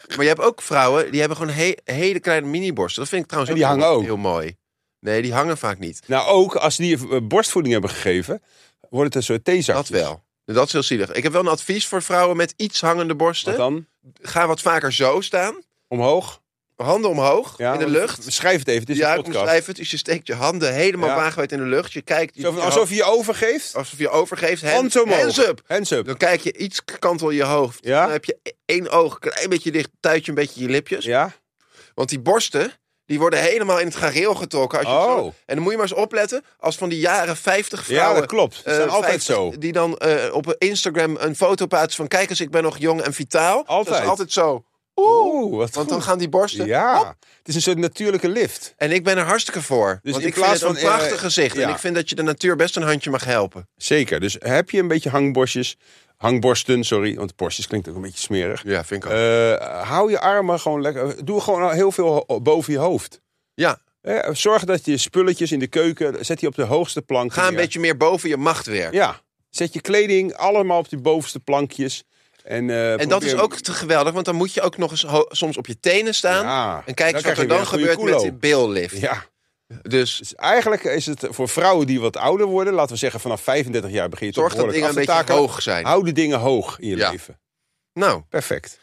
maar je hebt ook vrouwen, die hebben gewoon he- hele kleine mini-borsten. Dat vind ik trouwens En die ook, hangen heel, ook. heel mooi. Nee, die hangen vaak niet. Nou, ook als die eh, borstvoeding hebben gegeven, wordt het een soort theezakjes. Dat wel. Dat is heel zielig. Ik heb wel een advies voor vrouwen met iets hangende Wat borsten. dan? Ga wat vaker zo staan. Omhoog? Handen omhoog, Ja, in de want- lucht. Schrijf het even, het is ja, een ik podcast. omschrijf het. Dus je steekt je handen helemaal Ja. waagwijd in de lucht. Je kijkt. Je, Zo van, alsof je je overgeeft, alsof je overgeeft. Hand- hands omhoog. Oh, hands up. Hands up. Dan kijk je iets kantel je hoofd. Ja. Dan heb je één oog een klein beetje dicht. Tuit je een beetje je lipjes. Ja, Want die borsten, Die worden helemaal in het gareel getrokken. Als je Oh. zo- en dan moet je maar eens opletten. Als van die jaren 50 Ja, vrouwen. dat klopt. Die eh, zijn altijd 50 zo. Die dan eh, op Instagram een foto plaatsen van... Kijk eens, ik ben nog jong en vitaal. Dat Altijd. is altijd zo. Oeh, wat Want goed. dan gaan die borsten... Ja, het is een soort natuurlijke lift. En ik ben er hartstikke voor. Dus want in ik vind plaats het een van, eh, prachtig gezicht. ja. En ik vind dat je de natuur best een handje mag helpen. Zeker. Dus heb je een beetje hangborstjes, hangborsten, sorry, want borstjes klinkt ook een beetje smerig. Ja, vind ik ook. Eh, hou je armen gewoon lekker. Doe gewoon heel veel ho- boven je hoofd. ja, Eh, zorg dat je spulletjes in de keuken, zet die op de hoogste plank. ga een neer. beetje meer boven je macht werken. Ja, zet je kleding allemaal op die bovenste plankjes. En, eh, En dat probeer- is ook te geweldig, want dan moet je ook nog eens ho- soms op je tenen staan. Ja, en kijk dan eens krijg wat je er weer een dan goede gebeurt met culo. die billift. Ja, Dus dus eigenlijk is het voor vrouwen die wat ouder worden, laten we zeggen vanaf 35 jaar begin je toch zorg dat behoorlijk dingen af een te beetje takelen. hoog zijn. Hou de dingen hoog in je Ja. leven. Nou, Perfect.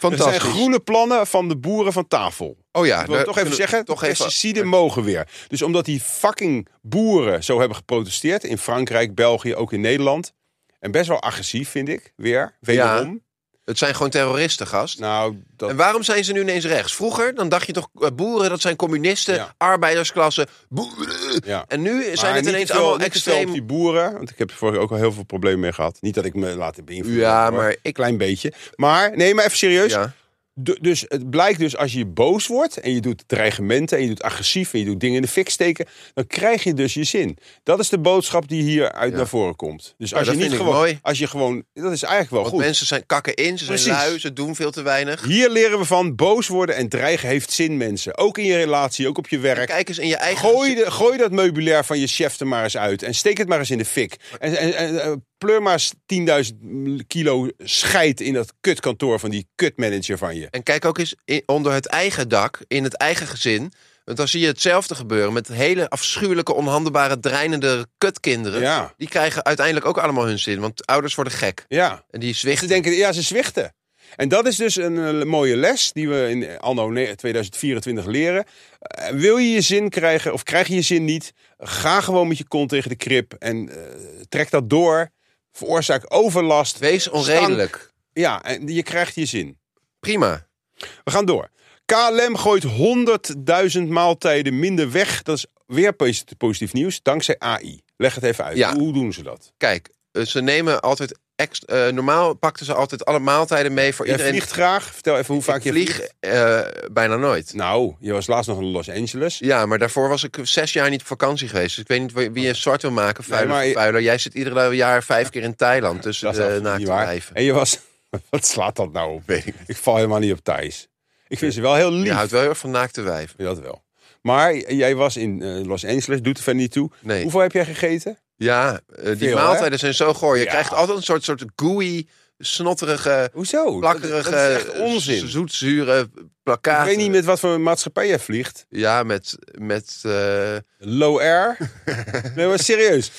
Er zijn fantastisch. groene plannen van de boeren van tafel. Oh ja, Ik wil nou, toch kunnen even we zeggen, toch even- pesticiden mogen weer. Dus omdat die fucking boeren zo hebben geprotesteerd... in Frankrijk, België, ook in Nederland... en best wel agressief, vind ik, weer, wederom. Het zijn gewoon terroristen, gast. Nou, dat... En waarom zijn ze nu ineens rechts? Vroeger, dan dacht je toch, eh, boeren, dat zijn communisten, Ja. arbeidersklasse, boeren. Ja. En nu zijn Maar het niet ineens te veel- allemaal niet te veel extreem... op die boeren, want ik heb er vorige ook al heel veel problemen mee gehad. Niet dat ik me laat beïnvloeden. Ja, hoor. maar Een klein beetje. Maar, nee, maar even serieus. Ja. Du- dus het blijkt dus als je boos wordt en je doet dreigementen en je doet agressief en je doet dingen in de fik steken, dan krijg je dus je zin. Dat is de boodschap die hier uit naar voren komt. Dus als dat je niet vind ik gewoon, mooi. als je gewoon, dat is eigenlijk wel Want goed. mensen zijn kakken in, ze zijn Precies. lui, ze doen veel te weinig. Hier leren we van boos worden en dreigen heeft zin, mensen. Ook in je relatie, ook op je werk. Kijk eens in je eigen... Gooi, de, gooi dat meubilair van je chef er maar eens uit. En steek het maar eens in de fik. En, en, en eh, pleur maar eens 10.000 kilo scheid in dat kutkantoor van die kutmanager van je. En kijk ook eens in- onder het eigen dak, in het eigen gezin. Want dan zie je hetzelfde gebeuren met hele afschuwelijke, onhandelbare, dreinende kutkinderen. Ja. Die krijgen uiteindelijk ook allemaal hun zin, want ouders worden gek. Ja. En die Ze zwichten. denken, ja, ze zwichten. En dat is dus een eh, mooie les die we in anno ne- 2024 leren. Eh, wil je je zin krijgen of krijg je je zin niet? Ga gewoon met je kont tegen de krip en eh, trek dat door. Veroorzaak overlast. Wees onredelijk. Ja, en je krijgt je zin. Prima. We gaan door. KLM gooit 100.000 maaltijden minder weg. Dat is weer pos- positief nieuws, dankzij AI. Leg het even uit. Ja. Hoe doen ze dat? Kijk, eh, ze nemen altijd. ex- eh, normaal pakten ze altijd alle maaltijden mee voor Jij iedereen. vliegt graag. Vertel even hoe vaak je Vlieg, vliegt. eh, bijna nooit. Nou, je was laatst nog in Los Angeles. Ja, maar daarvoor was ik zes jaar niet op vakantie geweest. Dus ik weet niet wie- wie je zwart wil maken, vuiler Nee, maar je- voor vuiler. Jij zit ieder jaar vijf keer in Thailand dus, tussen Dat is de absoluut naakte niet waar. wijven. En je was... Wat slaat dat nou op? Weet ik niet. Ik val helemaal niet op Thais. Ik vind ze wel heel lief. Je houdt wel heel erg van naakte wijven. Dat wel. Maar jij was in eh, Los Angeles, doet er verder niet toe. Nee. Hoeveel heb jij gegeten? Ja, eh, die Veel, maaltijden zijn zo goor. Je Ja. krijgt altijd een soort, soort gooey, snotterige, Hoezo? plakkerige, dat is echt onzin. zoetzure plakkaten. Ik weet niet met wat voor maatschappij jij vliegt. Ja, met, met eh, Low air. nee, maar serieus.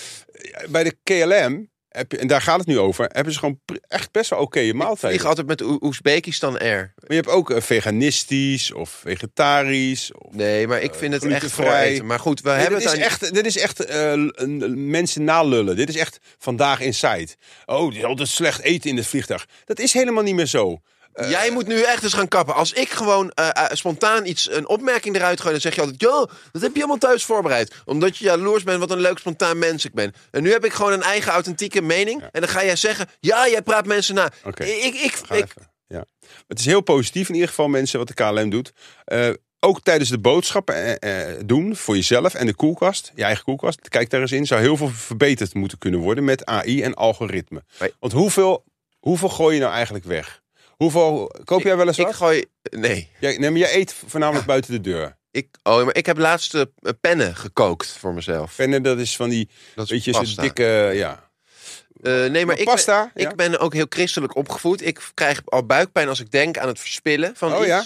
Bij de KLM, heb je, en daar gaat het nu over, hebben ze gewoon pr- echt best wel oké maaltijden. vlieg altijd met Oe- Oezbekistan Air. Maar je hebt ook eh, veganistisch of vegetarisch. Of... Nee, maar ik Eh, vind het echt glutenvrij. voor eten. Maar goed, we Nee, hebben dit, het is aan- echt, dit is echt eh, een- een- mensen nalullen. Dit is echt vandaag inside. Oh, het is altijd slecht eten in het vliegtuig. Dat is helemaal niet meer zo. Jij moet nu echt eens gaan kappen. Als ik gewoon eh, eh, spontaan iets, een opmerking eruit gooi, dan zeg je altijd: Joh, dat heb je allemaal thuis voorbereid. Omdat je jaloers bent wat een leuk spontaan mens ik ben. En nu heb ik gewoon een eigen authentieke mening. En dan ga jij zeggen: Ja, jij praat mensen na. Oké. Ik, ik, Ga ik, even. Ja. Het is heel positief in ieder geval, mensen, wat de KLM doet. Eh, ook tijdens de boodschappen eh, eh, doen voor jezelf en de koelkast, je eigen koelkast. Kijk daar eens in. Zou heel veel verbeterd moeten kunnen worden met AI en algoritme. Maar- Want hoeveel, hoeveel gooi je nou eigenlijk weg? Hoeveel koop jij wel eens ik wat? gooi. Nee. Jij, nee, maar jij eet voornamelijk buiten de deur. Ik, oh, maar ik heb laatst eh, pennen gekookt voor mezelf. Verder, dat is van die, Dat is weet je, pasta. zo'n dikke, ja. Eh, nee, maar Maar ik, pasta, ben, ja. ik ben ook heel christelijk opgevoed. Ik krijg al buikpijn als ik denk aan het verspillen van Oh, iets. ja?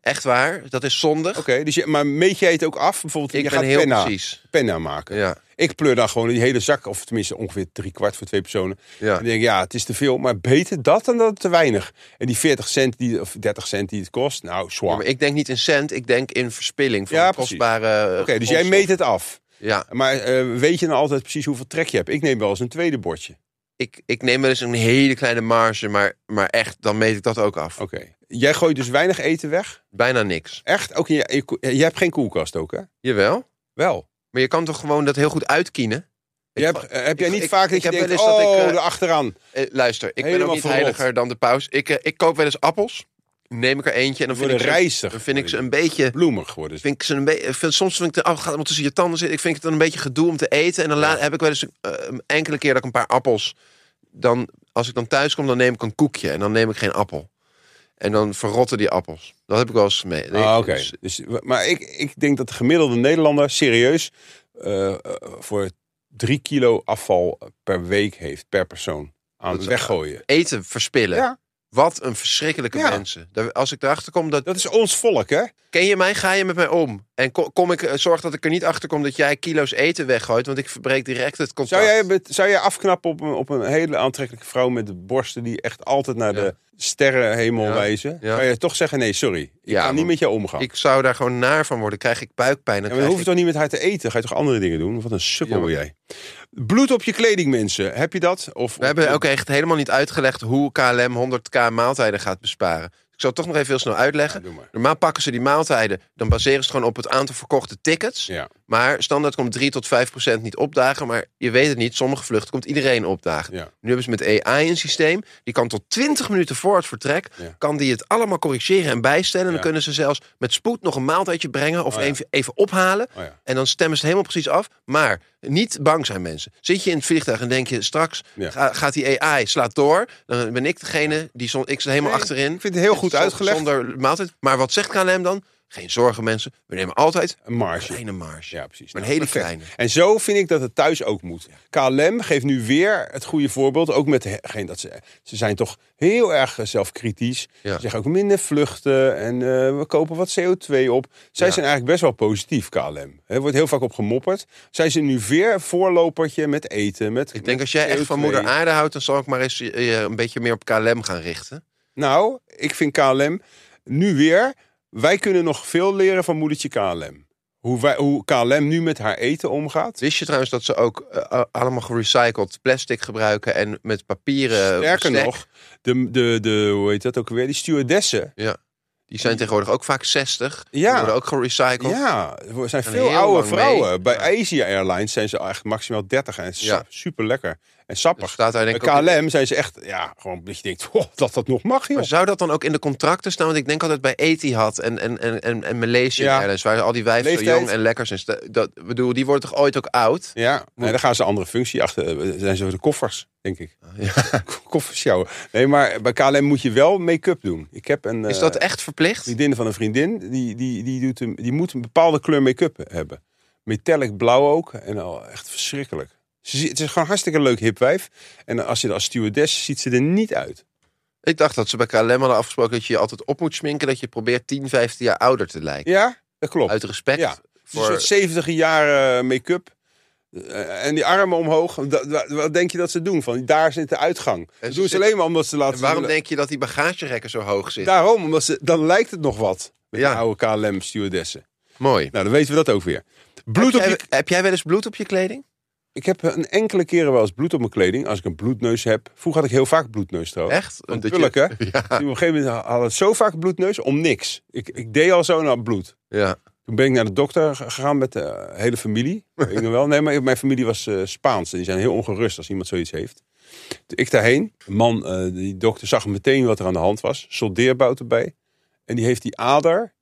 Echt waar, dat is zondig. Oké, dus je, maar meet jij het ook af? Bijvoorbeeld, Ik je ben gaat heel penna, precies. penna maken. Ja. Ik pleur dan gewoon die hele zak, of tenminste ongeveer drie kwart voor twee personen. Ja. En dan denk ik, ja, het is te veel, maar beter dat dan dat het te weinig. En die 40 cent die, of 30 cent die het kost, nou, Ja, zwak. maar Oké, ik denk niet in cent, ik denk in verspilling van Ja, precies. kostbare. Oké, dus jij meet het af. Ja, Maar eh, weet je nou altijd precies hoeveel trek je hebt? Ik neem wel eens een tweede bordje. ik, ik neem wel eens een hele kleine marge, maar, maar echt, dan meet ik dat ook af. Oké. Jij gooit dus weinig eten weg? Bijna niks. Echt? Ook in je, je, ko- eh, je hebt geen koelkast ook, hè? Jawel. Wel. Maar je kan toch gewoon dat heel goed uitkienen? Je hebt, eh, heb jij ik- niet ik- vaak dat ik je heb denkt, wel eens dat ik, oh, eh, erachteraan. Eh, luister, ik ben Helemaal ook niet verrot. heiliger dan de paus. Ik, eh, ik koop wel eens appels. Neem ik er eentje en dan vind, Voor de ik ze, reiziger. dan vind ik ze een beetje... bloemig worden. Vind ik ze een beetje vind, soms vind ik het oh, gaat allemaal tussen je tanden zitten. Ik vind het dan een beetje gedoe om te eten. En dan la- heb ik wel eens eh, een enkele keer dat ik een paar appels... Dan, als ik dan thuis kom, dan neem ik een koekje. En dan neem ik geen appel. En dan verrotten die appels. Dat heb ik wel eens mee. Ah, oké. Dus- Dus, maar ik, ik denk dat de gemiddelde Nederlander serieus eh, eh, voor drie kilo afval per week heeft, per persoon. Aan Dat het is- weggooien. eten verspillen. Ja. Wat een verschrikkelijke Ja. mensen. Daar- Als ik erachter kom, dat, Dat is ons volk, hè? ken je mij, ga je met mij om. En ko- kom ik, eh, zorg dat ik er niet achter kom dat jij kilo's eten weggooit, want ik verbreek direct het contact. Zou jij, bet- zou jij afknappen op een, op een hele aantrekkelijke vrouw met borsten die echt altijd naar Ja. de sterrenhemel Ja. wijzen? Ja. Zou je toch zeggen, nee, sorry, ik Ja, kan niet want met jou omgaan? Ik zou daar gewoon naar van worden. Krijg ik buikpijn. Dan Ja, maar dan hoef krijg je ik- toch niet met haar te eten? Ga je toch andere dingen doen? Wat een sukkel Ja, ben maar- jij. Bloed op je kleding, mensen. Heb je dat? Of, We hebben ook echt helemaal niet uitgelegd hoe KLM 100k maaltijden gaat besparen. Ik zal het toch nog even heel snel Ja, uitleggen. doe maar. Normaal pakken ze die maaltijden, dan baseren ze het gewoon op het aantal verkochte tickets. Ja. Maar standaard komt 3 tot 5 procent niet opdagen. Maar je weet het niet, sommige vluchten komt iedereen opdagen. Ja. Nu hebben ze met AI een systeem. Die kan tot 20 minuten voor het vertrek... Ja. kan die het allemaal corrigeren en bijstellen. En Ja. dan kunnen ze zelfs met spoed nog een maaltijdje brengen... of Oh ja. even, even ophalen. Oh ja. En dan stemmen ze het helemaal precies af. Maar niet bang zijn mensen. Zit je in het vliegtuig en denk je... straks Ja. ga- gaat die AI, slaat door. Dan ben ik degene, die zon, ik zit helemaal Nee, achterin. Ik vind het heel goed Zonder- uitgelegd. Zonder maaltijd. Maar wat zegt KLM dan? Geen zorgen mensen, we nemen altijd Een marge. kleine marge. Ja, precies. Maar een Nou, hele perfect. kleine. En zo vind ik dat het thuis ook moet. KLM geeft nu weer het goede voorbeeld. Ook met he- geen dat ze, ze zijn toch heel erg eh, zelfkritisch. Ja. Ze zeggen ook minder vluchten en eh, we kopen wat CO2 op. Zij Ja. zijn eigenlijk best wel positief, KLM. Er wordt heel vaak op gemopperd. Zij zijn nu weer een voorlopertje met eten. Met, Ik denk als jij echt van moeder aarde houdt, dan zal ik maar eens eh, eh, een beetje meer op KLM gaan richten. Nou, ik vind KLM nu weer. Wij kunnen nog veel leren van moedertje KLM. Hoe, wij, hoe KLM nu met haar eten omgaat. Wist je trouwens dat ze ook eh, a- allemaal gerecycled plastic gebruiken en met papieren. Sterker bestek? nog, de, de, de, hoe heet dat ook weer? Die stewardessen. Ja. Die zijn tegenwoordig ook vaak 60. Ja. Die worden ook gerecycled. Ja, er zijn Gaan veel heel oude lang vrouwen. mee. Bij Ja. Asia Airlines zijn ze echt maximaal 30 en Ja. super lekker en Dus sappig. staat daar Bij denk ik ook- KLM zijn ze echt, ja, gewoon dat je denkt, "Wow, dat dat nog mag, joh. Maar zou dat dan ook in de contracten staan? Want ik denk altijd bij Etihad en, en, en, en, en Malaysia Ja. Airlines, waar al die wijven zo Leeftijd. jong en lekker zijn. Sta- Dat, ik bedoel, die worden toch ooit ook oud? Ja, nee, dan gaan ze een andere functie achter. eh, Zijn ze de koffers, denk ik. Ah, Ja. Koffersjouwen. Nee, maar bij KLM moet je wel make-up doen. Ik heb een Is eh, dat echt verplicht? vriendin van een vriendin, die, die, die, doet een, die moet een bepaalde kleur make-up hebben. Metallic blauw ook. En al echt verschrikkelijk. Ze, zie- het is gewoon hartstikke leuk hip wijf. En als je er als stewardess ziet ze er niet uit. Ik dacht dat ze bij KLM hadden afgesproken dat je je altijd op moet sminken. Dat je probeert 10, 15 jaar ouder te lijken. Ja, dat klopt. Uit respect. Ja. Het is voor- Een soort 70 jaar eh, make-up. Eh, En die armen omhoog. Da- wa- wat denk je dat ze doen? Van, daar zit de uitgang. Dat ze doen ze zitten- alleen maar omdat ze laten En waarom zien- denk je dat die bagagerekken zo hoog zitten? Daarom, omdat ze, dan lijkt het nog wat. Met Ja. de oude KLM-stewardessen. Mooi. Nou, dan weten we dat ook weer. Bloed op heb, je... jij, heb jij wel eens bloed op je kleding? Ik heb eh, een enkele keren wel eens bloed op mijn kleding. Als ik een bloedneus heb. Vroeger had ik heel vaak bloedneus trouwens. Echt? Van Dat Tulk, hè? je... Toen ja, Op een gegeven moment had ik zo vaak bloedneus om niks. Ik, ik deed al zo naar bloed. ja. Toen ben ik naar de dokter g- gegaan met de hele familie. Weet ik nog wel. Nee, maar mijn familie was eh, Spaans. En die zijn heel ongerust als iemand zoiets heeft. Toen ik daarheen. Een man, eh, die dokter zag meteen wat er aan de hand was. Soldeerbout erbij. En die heeft die ader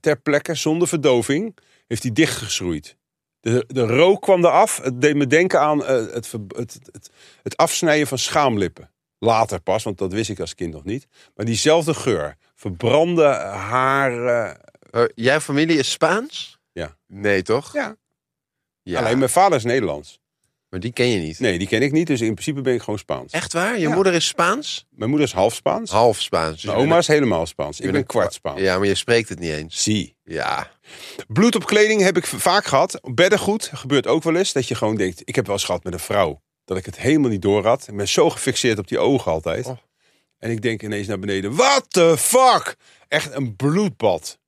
ter plekke, zonder verdoving, heeft die dichtgeschroeid. De, de rook kwam eraf. Het deed me denken aan eh, het, ver- het, het, het afsnijden van schaamlippen. Later pas, want dat wist ik als kind nog niet. Maar diezelfde geur. Verbrande haren. Eh, Jouw familie is Spaans? Ja. Nee, toch? Ja. Ja, Alleen mijn vader is Nederlands. Maar die ken je niet. Nee, die ken ik niet. Dus in principe ben ik gewoon Spaans. Echt waar? Je Ja. moeder is Spaans? Mijn moeder is half Spaans. Half Spaans. Dus je Mijn bent oma is helemaal Spaans. je Ik bent ben een kwart een- Spaans. Ja, maar je spreekt het niet eens. Zie. Ja. Bloed op kleding heb ik v- vaak gehad. Beddengoed gebeurt ook wel eens. Dat je gewoon denkt, ik heb wel eens gehad met een vrouw. Dat ik het helemaal niet door had. Ik ben zo gefixeerd op die ogen altijd. Oh. En ik denk ineens naar beneden. What the fuck? Echt een bloedbad.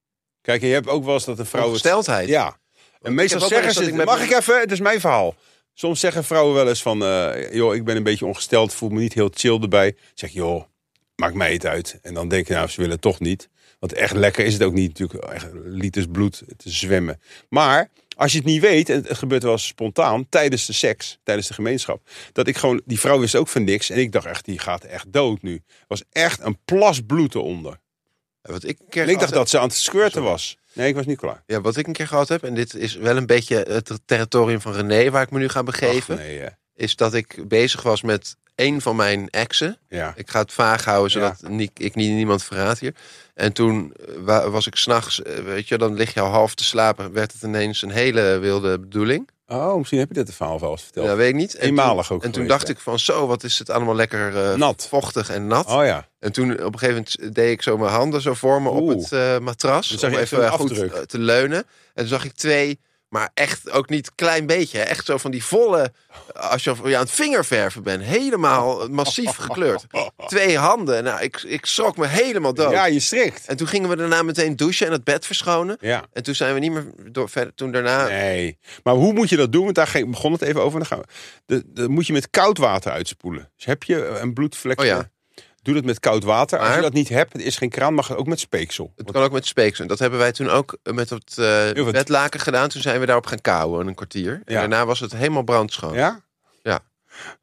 Kijk, en je hebt ook wel eens dat een vrouw... het- Ongesteldheid. Ja. En heb meestal ook wel zeggen eens dat ze, ik met mag mijn- ik even? Het is mijn verhaal. Soms zeggen vrouwen wel eens van, eh, joh, ik ben een beetje ongesteld, voel me niet heel chill erbij. Ik Zeg, joh, maakt mij het uit. En dan denk je, nou, ze willen het toch niet. Want echt lekker is het ook niet, natuurlijk, echt liters bloed te zwemmen. Maar als je het niet weet, en het gebeurt wel eens spontaan, tijdens de seks, tijdens de gemeenschap, dat ik gewoon, die vrouw wist ook van niks. En ik dacht echt, die gaat echt dood nu. Er was echt een plas bloed eronder. Wat ik, En ik dacht dat ze aan het squirten was. Nee, ik was niet klaar. Ja, wat ik een keer gehad heb, en dit is wel een beetje het territorium van René waar ik me nu ga begeven, Ach, nee, eh, is dat ik bezig was met één van mijn exen. ja. Ik ga het vaag houden, zodat nie- ik nie- niemand verraad hier. En toen eh, wa- was ik s'nachts, eh, weet je, dan lig je al half te slapen, werd het ineens een hele wilde bedoeling. Oh, misschien heb je dit verhaal wel eens verteld. Dat weet ik niet. En Eenmalig toen, ook En toen geweest, dacht hè? ik van zo, wat is het allemaal lekker eh, Nat. vochtig en nat. Oh ja. En toen op een gegeven moment deed ik zo mijn handen zo voor me op Oeh. het eh, matras. Dan zag Om je echt even een goed afdruk. eh, te leunen. En toen zag ik twee, maar echt ook niet klein beetje. hè. Echt zo van die volle, als je ja, aan het vingerverven bent. Helemaal massief gekleurd. Twee handen. Nou, ik, ik schrok me helemaal dood. Ja, je strikt. En toen gingen we daarna meteen douchen en het bed verschonen. Ja. En toen zijn we niet meer door, verder. Toen daarna. Nee. Maar hoe moet je dat doen? Want daar ging- begon het even over. Dan gaan we. De, de- moet je met koud water uitspoelen. Dus heb je een bloedvlekje? Oh ja. Doe dat met koud water. Als je Maar- dat niet hebt, er is geen kraan, mag het ook met speeksel. Het kan ook met speeksel. Dat hebben wij toen ook eh, met het eh, Heel wat. bedlaken gedaan. Toen zijn we daarop gaan kauwen een kwartier. En Ja. daarna was het helemaal brandschoon. Ja? Ja.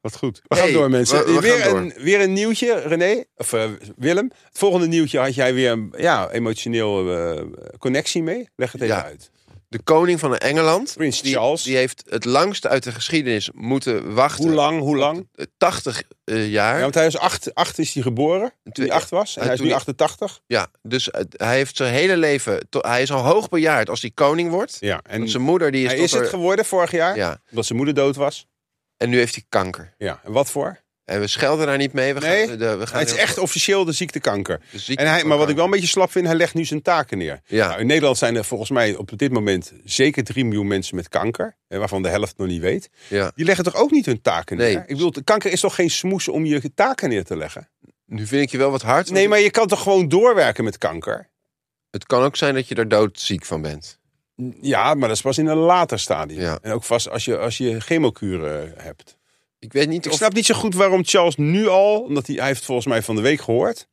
Wat goed. We Hey, gaan door, mensen. we- we weer, gaan Een, weer een nieuwtje, René. Of eh, Willem. Het volgende nieuwtje had jij weer een ja, emotioneel eh, connectie mee. Leg het even Ja. uit. De koning van Engeland. Prins die, Charles. Die heeft het langst uit de geschiedenis moeten wachten. Hoe lang, hoe lang? Eh, 80 eh, jaar. Ja, Ja, want hij is acht, acht is hij geboren. Toen hij acht was. En Ja, hij is toen nu hij- 88. dus eh, hij heeft zijn hele leven. to- hij is al hoog bejaard als hij koning wordt. Ja. En Want zijn moeder die is. hij tot is het haar- geworden vorig jaar. ja, Omdat zijn moeder dood was. en nu heeft hij kanker. Ja, en wat voor? En we schelden daar niet mee. We Nee, gaan, de, we gaan het is heel- echt officieel de ziektekanker. de ziekte En hij, van maar wat ik kanker. wel een beetje slap vind, hij legt nu zijn taken neer. Ja, Nou, in Nederland zijn er volgens mij op dit moment zeker 3 miljoen mensen met kanker. hè, Waarvan de helft nog niet weet. ja. Die leggen toch ook niet hun taken neer? Nee. Ik bedoel, de kanker is toch geen smoes om je taken neer te leggen? Nu vind ik je wel wat hard. want Nee, maar je kan toch gewoon doorwerken met kanker? Het kan ook zijn dat je er doodziek van bent. Ja, maar dat is pas in een later stadium. Ja. En ook vast als je, als je chemokuren eh, hebt. Ik weet niet Ik of... snap niet zo goed waarom Charles nu al, omdat hij, hij heeft volgens mij van de week gehoord,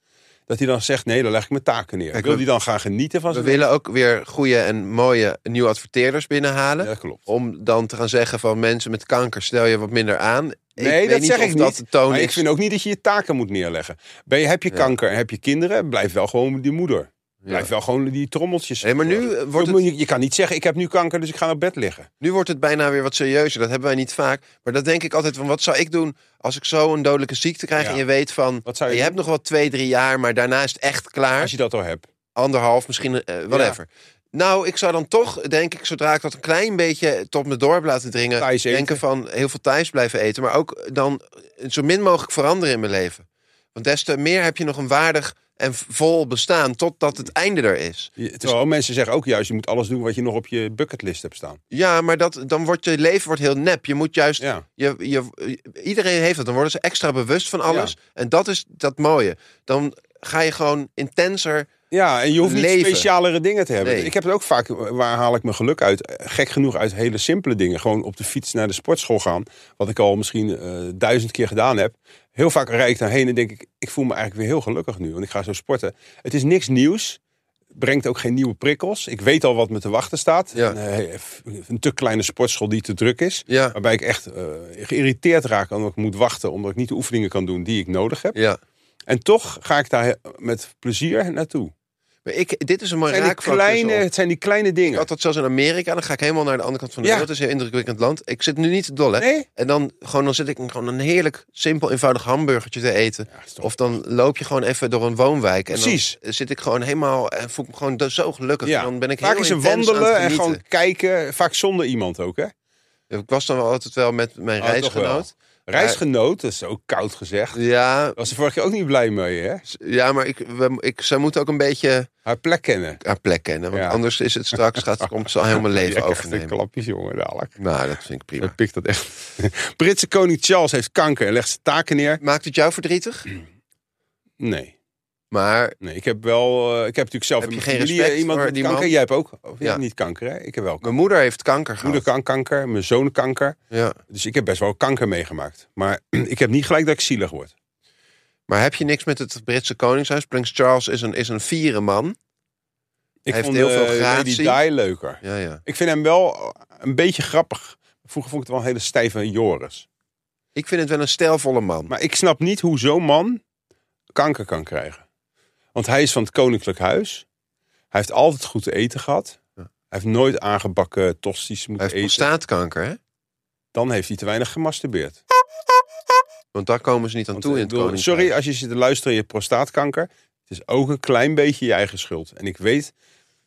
dat hij dan zegt, nee, dan leg ik mijn taken neer. Kijk, Wil we- hij dan gaan genieten van We zijn willen ook weer goede en mooie nieuwe adverteerders binnenhalen. Ja, dat klopt. Om dan te gaan zeggen van mensen met kanker, stel je wat minder aan. Nee, dat zeg of ik dat niet. de toon maar is. ik vind ook niet dat je je taken moet neerleggen. Ben je, heb je Ja. kanker en heb je kinderen, blijf wel gewoon die moeder. Blijf wel gewoon die trommeltjes. Nee, maar nu, eh, wordt Je moet- Je kan niet zeggen, ik heb nu kanker, dus ik ga naar bed liggen. Nu wordt het bijna weer wat serieuzer. Dat hebben wij niet vaak. Maar dat denk ik altijd van, wat zou ik doen als ik zo een dodelijke ziekte krijg? Ja. En je weet van, Wat je, zou je doen? hebt nog wel twee, drie jaar, maar daarna is het echt klaar. Als je dat al hebt. anderhalf, misschien eh whatever. Nou, ik zou dan toch, denk ik, zodra ik dat een klein beetje tot me door heb laten dringen, Thais eten. denken van heel veel thuis blijven eten. Maar ook dan zo min mogelijk veranderen in mijn leven. Want des te meer heb je nog een waardig en vol bestaan totdat het einde er is. Je- Terwijl mensen zeggen ook juist, je moet alles doen wat je nog op je bucketlist hebt staan. Ja, maar dat, dan wordt je leven wordt heel nep. Je moet juist, Ja. je, je, iedereen heeft dat. Dan worden ze extra bewust van alles. En dat is dat mooie. Dan ga je gewoon intenser. Ja, en je hoeft niet Leven. specialere dingen te hebben. Nee. Ik heb het ook vaak, waar haal ik mijn geluk uit? Eh, Gek genoeg uit hele simpele dingen. Gewoon op de fiets naar de sportschool gaan. Wat ik al misschien eh, duizend keer gedaan heb. Heel vaak rijd ik daarheen en denk ik, ik voel me eigenlijk weer heel gelukkig nu. Want ik ga zo sporten. Het is niks nieuws. Brengt ook geen nieuwe prikkels. Ik weet al wat me te wachten staat. Ja. Een, eh, f- een te kleine sportschool die te druk is. Ja. Waarbij ik echt eh, geïrriteerd raak omdat ik moet wachten. Omdat ik niet de oefeningen kan doen die ik nodig heb. Ja. En toch ga ik daar met plezier naartoe. Maar ik, dit is een Het zijn, die raakvlak. dus kleine, al. het zijn die kleine dingen. Ik had dat zelfs in Amerika. Dan ga ik helemaal naar de andere kant van de Ja. wereld. Dat is een heel indrukwekkend land. Ik zit nu niet te dol, hè? Nee? En dan, gewoon, dan zit ik gewoon een heerlijk, simpel, eenvoudig hamburgertje te eten. is toch- of dan loop je gewoon even door een woonwijk. En Precies. dan zit ik gewoon helemaal... En voel ik me gewoon zo gelukkig. En dan ben ik Vaak heel is een intens aan wandelen het en genieten. gewoon kijken. Vaak zonder iemand ook, hè? Ik was dan wel altijd wel met mijn Oh, reisgenoot. toch wel. Reisgenoot, dat is ook koud gezegd. Daar Ja, was ze vorige keer ook niet blij mee, hè? s- ja, maar ik, we, ik, zij moet ook een beetje Haar plek kennen. haar plek kennen. Want Ja. anders is het straks, gaat, komt ze al heel mijn Jij leven krijgt een overnemen. klapjes, jongen, dadelijk. Nou, dat vind ik prima. Hij pikt dat echt. Britse koning Charles heeft kanker en legt zijn taken neer. Maakt het jou verdrietig? Nee. Maar Nee, ik heb wel. eh, ik heb natuurlijk zelf Heb in je mijn geen familie eh, respect iemand voor met die kanker. man? Jij hebt ook. Of, ja, Ja. Niet kanker, hè? Ik heb wel. Mijn mijn moeder heeft kanker gehad. moeder kan kanker, mijn zoon kanker. Ja. Dus ik heb best wel kanker meegemaakt. Maar ik heb niet gelijk dat ik zielig word. Maar heb je niks met het Britse koningshuis? Prins Charles is een, is een vieren man. Ik Hij heeft vond heel veel eh, gratie. Lady Di leuker. Ja, ja. Ik vind hem wel een beetje grappig. Vroeger vond ik het wel een hele stijve Joris. Ik vind het wel een stijlvolle man. Maar ik snap niet hoe zo'n man kanker kan krijgen. Want hij is van het koninklijk huis. Hij heeft altijd goed eten gehad. Hij heeft nooit aangebakken tosties Hij moeten heeft eten. prostaatkanker, hè? Dan heeft hij te weinig gemasturbeerd. Want daar komen ze niet aan Want, eh, toe in ik het bedoel, koningshuis. sorry als je zit te luisteren en je hebt prostaatkanker. Het is ook een klein beetje je eigen schuld. En ik weet,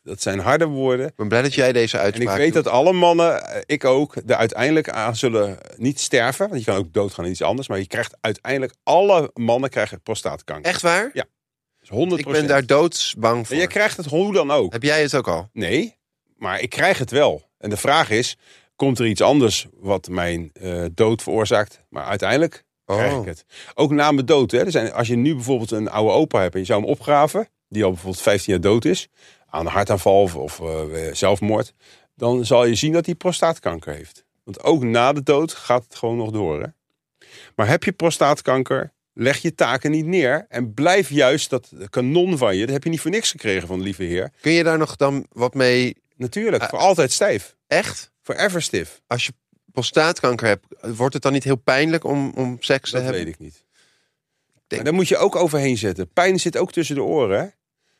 dat zijn harde woorden. Ik ben blij dat jij deze En ik uitspraak weet doet. dat alle mannen, eh, ik ook, er uiteindelijk aan zullen niet sterven. Want je kan ook doodgaan in iets anders. Maar je krijgt uiteindelijk, alle mannen krijgen prostaatkanker. Echt waar? Ja, Dus 100 Ik ben daar doodsbang voor. En jij krijgt het hoe dan ook. Heb jij het ook al? Nee, maar ik krijg het wel. En de vraag is, komt er iets anders wat mijn eh, dood veroorzaakt? Maar uiteindelijk krijg Oh. ik het. Ook na mijn dood. Hè? Er zijn, als je nu bijvoorbeeld een oude opa hebt en je zou hem opgraven... die al bijvoorbeeld 15 jaar dood is... aan een hartaanval of, of eh, zelfmoord... dan zal je zien dat hij prostaatkanker heeft. Want ook na de dood gaat het gewoon nog door. Hè? Maar heb je prostaatkanker... Leg je taken niet neer en blijf juist dat kanon van je. Dat heb je niet voor niks gekregen van de lieve heer. Kun je daar nog dan wat mee... Natuurlijk, Eh, voor altijd stijf. Echt? Forever stiff. Als je prostaatkanker hebt, wordt het dan niet heel pijnlijk om, om seks Dat te hebben? weet ik niet. denk- Maar daar moet je ook overheen zetten. Pijn zit ook tussen de oren. hè?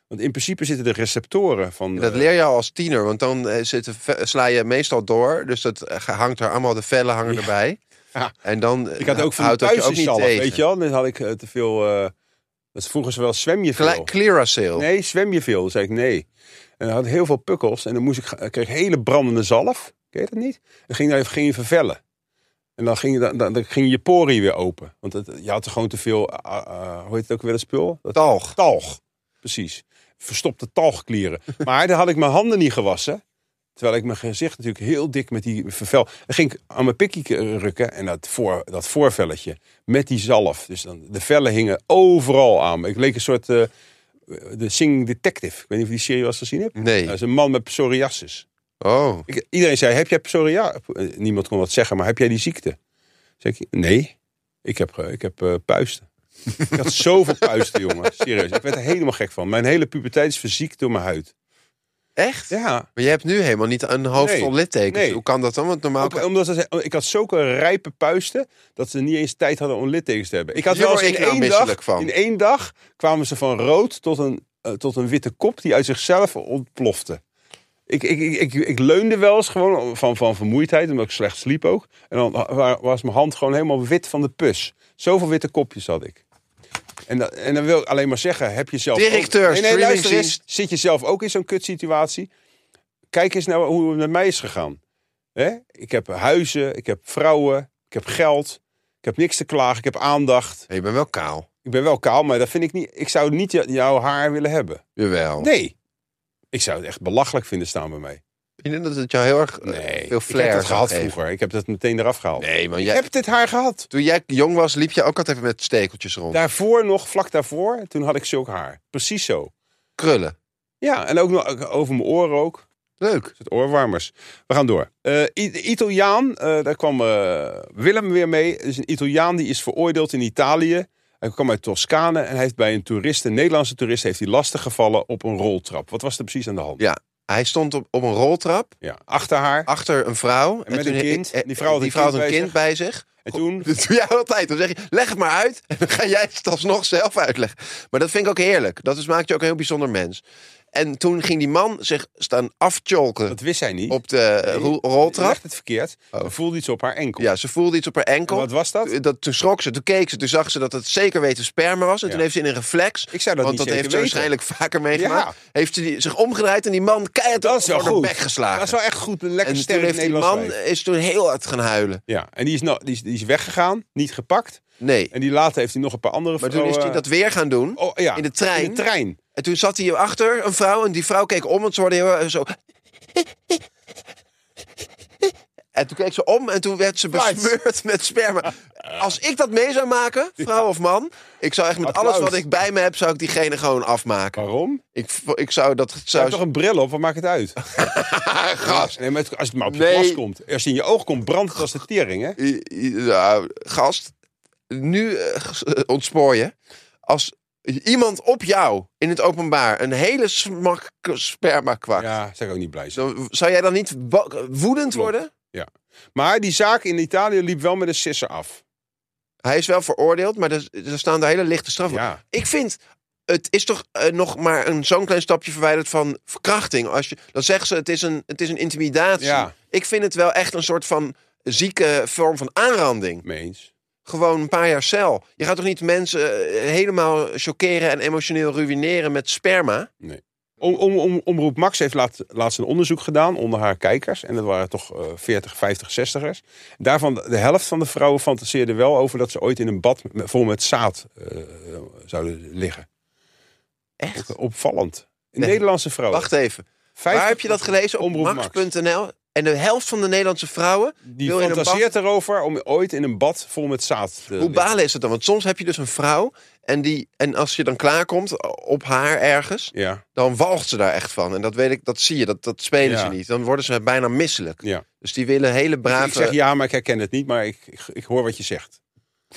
Want in principe zitten de receptoren van... Dat eh, leer je al als tiener, want dan eh, zitten, ve- sla je meestal door. Dus dat eh, hangt er allemaal, de vellen hangen erbij. Ja. En dan eh, ik had ook van houdt dat je ook niet thuis tegen. weet je wel. Dan had ik eh, te veel... eh, dat vroegen ze wel, zwem je Cla- veel? Clearasil. Nee, zwem je veel? Dan zei ik nee. En dan had ik heel veel pukkels. En dan moest ik, ga- ik kreeg hele brandende zalf. Ken je dat niet? Dan ging, daar, ging je vervellen. En dan ging, je, dan, dan, dan ging je poriën weer open. Want het, je had er gewoon te veel... eh, eh, hoe heet het ook weer, dat spul? Dat Talg. Talg, precies. Verstopte talgklieren. Maar daar had ik mijn handen niet gewassen. Terwijl ik mijn gezicht natuurlijk heel dik met die vervel... Dan ging ik aan mijn pikkie k- rukken en dat, voor, dat voorvelletje met die zalf. Dus dan, de vellen hingen overal aan me. Ik leek een soort eh, de Singing Detective. Ik weet niet of je die serie wel eens gezien hebt. Nee. Dat is een man met psoriasis. Oh, Ik, iedereen zei, heb jij psoriasis? Niemand kon wat zeggen, maar heb jij die ziekte? Zeg ik, nee, ik heb, eh, ik heb eh, puisten. ik had zoveel puisten, jongen. Serieus, ik werd er helemaal gek van. Mijn hele puberteit is verziekt door mijn huid. echt? Ja, Maar je hebt nu helemaal niet een hoofd Nee. vol littekens. Nee. Hoe kan dat dan? Want normaal... ook omdat ze, ik had zulke rijpe puisten dat ze niet eens tijd hadden om littekens te hebben. Ik had Hier wel eens word in ik nou één, dag, misselijk van. in één dag kwamen ze van rood tot een, eh, tot een witte kop die uit zichzelf ontplofte. Ik, ik, ik, ik, ik leunde wel eens gewoon van, van vermoeidheid, omdat ik slecht sliep ook. En dan wa- was mijn hand gewoon helemaal wit van de pus. Zoveel witte kopjes had ik. En, dat- en dan wil ik alleen maar zeggen, heb je zelf... ook- Directeur, nee, nee, luister eens. streamingdienst. Zit je zelf ook in zo'n kutsituatie? Kijk eens nou hoe het met mij is gegaan. Hè? Ik heb huizen, ik heb vrouwen, ik heb geld. Ik heb niks te klagen, ik heb aandacht. Nee, je bent wel kaal. Ik ben wel kaal, maar dat vind ik niet... Ik zou niet jou- jouw haar willen hebben. Jawel. Nee. Ik zou het echt belachelijk vinden staan bij mij. Ik denk dat het jou heel erg eh, veel ik flair heb dat zou gehad geven. vroeger. Ik heb dat meteen eraf gehaald. Nee, man. Ik Jij, heb dit haar gehad. Toen jij jong was, liep je ook altijd even met stekeltjes rond. Daarvoor nog, vlak daarvoor, toen had ik zulk haar. Precies zo. Krullen. Ja, en ook nog over mijn oren ook. Leuk. Het oorwarmers. We gaan door. Eh, I- Italiaan, eh, daar kwam eh, Willem weer mee. Het is een Italiaan die is veroordeeld in Italië. Hij kwam uit Toscane en hij heeft bij een toerist, een Nederlandse toerist, heeft hij lastig gevallen op een roltrap. Wat was er precies aan de hand? Ja. Hij stond op, op een roltrap Ja, achter haar. achter een vrouw. En, met toen- een kind. eh, Die vrouw had een vrouw had kind een bij kind bij zich. Dus En toen, Dat doe jij altijd. Dan zeg je, leg het maar uit. En dan ga jij het alsnog zelf uitleggen. Maar dat vind ik ook heerlijk. Dat is, maakt je ook een heel bijzonder mens. En toen ging die man zich staan aftjolken dat wist hij niet. op de eh, Nee, ro- Je roltrap. Oh. legt het verkeerd. Er voelde iets op haar enkel. Ja, ze voelde iets op haar enkel. En wat was dat? Toen- Toen schrok ze, toen keek ze, toen zag ze dat het zeker weten sperma was. En Ja. toen heeft ze in een reflex, Ik zou dat want niet dat zeker heeft ze weten. waarschijnlijk vaker meegemaakt, Ja. heeft ze die, zich omgedraaid en die man keihard Dat is wel voor de goed. bek geslagen. Dat is wel echt goed. Een lekker en toen sterk heeft die Nederlands man wijf. is toen heel hard gaan huilen. Ja, en die is, nou, die, is, die is weggegaan, niet gepakt. Nee, En die later heeft hij nog een paar andere maar toen is hij vrouwen- dat weer gaan doen. Oh, ja. in de trein. In de trein. En toen zat hij achter een vrouw en die vrouw keek om, want ze hoorde heel erg zo... En toen keek ze om en toen werd ze Flights. besmeurd met sperma. Als ik dat mee zou maken, vrouw of man, ik zou echt met alles Applaus. wat ik bij me heb, zou ik diegene gewoon afmaken. Waarom? Ik, v- ik zou dat Je hebt zou Ah, toch een bril op, wat maakt het uit? gas. Nee, maar het- als het maar op je Nee. glas komt. Als het in je oog komt, brandt het als de tering, hè? I- i- nou, gast, nu eh, ges- eh, ontspoor je. Als iemand op jou in het openbaar een hele smak sperma kwakt, Ja, zou ik ook niet blij zijn. dan- zou jij dan niet wa- woedend worden? Maar die zaak in Italië liep wel met een sisser af. Hij is wel veroordeeld, maar er, er staan daar hele lichte straffen. op. Ja. Ik vind, het is toch eh, nog maar een, zo'n klein stapje verwijderd van verkrachting. Als je, dan zeggen ze, het is een, het is een intimidatie. Ja. Ik vind het wel echt een soort van zieke vorm van aanranding. Mee eens. Gewoon een paar jaar cel. Je gaat toch niet mensen eh, helemaal choqueren en emotioneel ruïneren met sperma? Om, om, om, Omroep Max heeft laat, laatst een onderzoek gedaan onder haar kijkers. En dat waren toch eh 40, 50, 60ers. Daarvan de helft van de vrouwen fantaseerde wel over dat ze ooit in een bad met- vol met zaad eh, zouden liggen. Oh. Echt? Opvallend. Een Nee. Nederlandse vrouw. Wacht even. Waar heb je dat gelezen? Op max.nl. En de helft van de Nederlandse vrouwen Die wil in een bad- fantaseert erover om ooit in een bad vol met zaad te Hoe liggen. balen is het dan? Want soms heb je dus een vrouw en, die, en als je dan klaarkomt op haar ergens, Ja, dan walgt ze daar echt van. En dat weet ik, dat zie je, dat, dat spelen Ja. ze niet. Dan worden ze bijna misselijk. ja. Dus die willen hele brave... Ik zeg ja, maar ik herken het niet, maar ik, ik, ik hoor wat je zegt.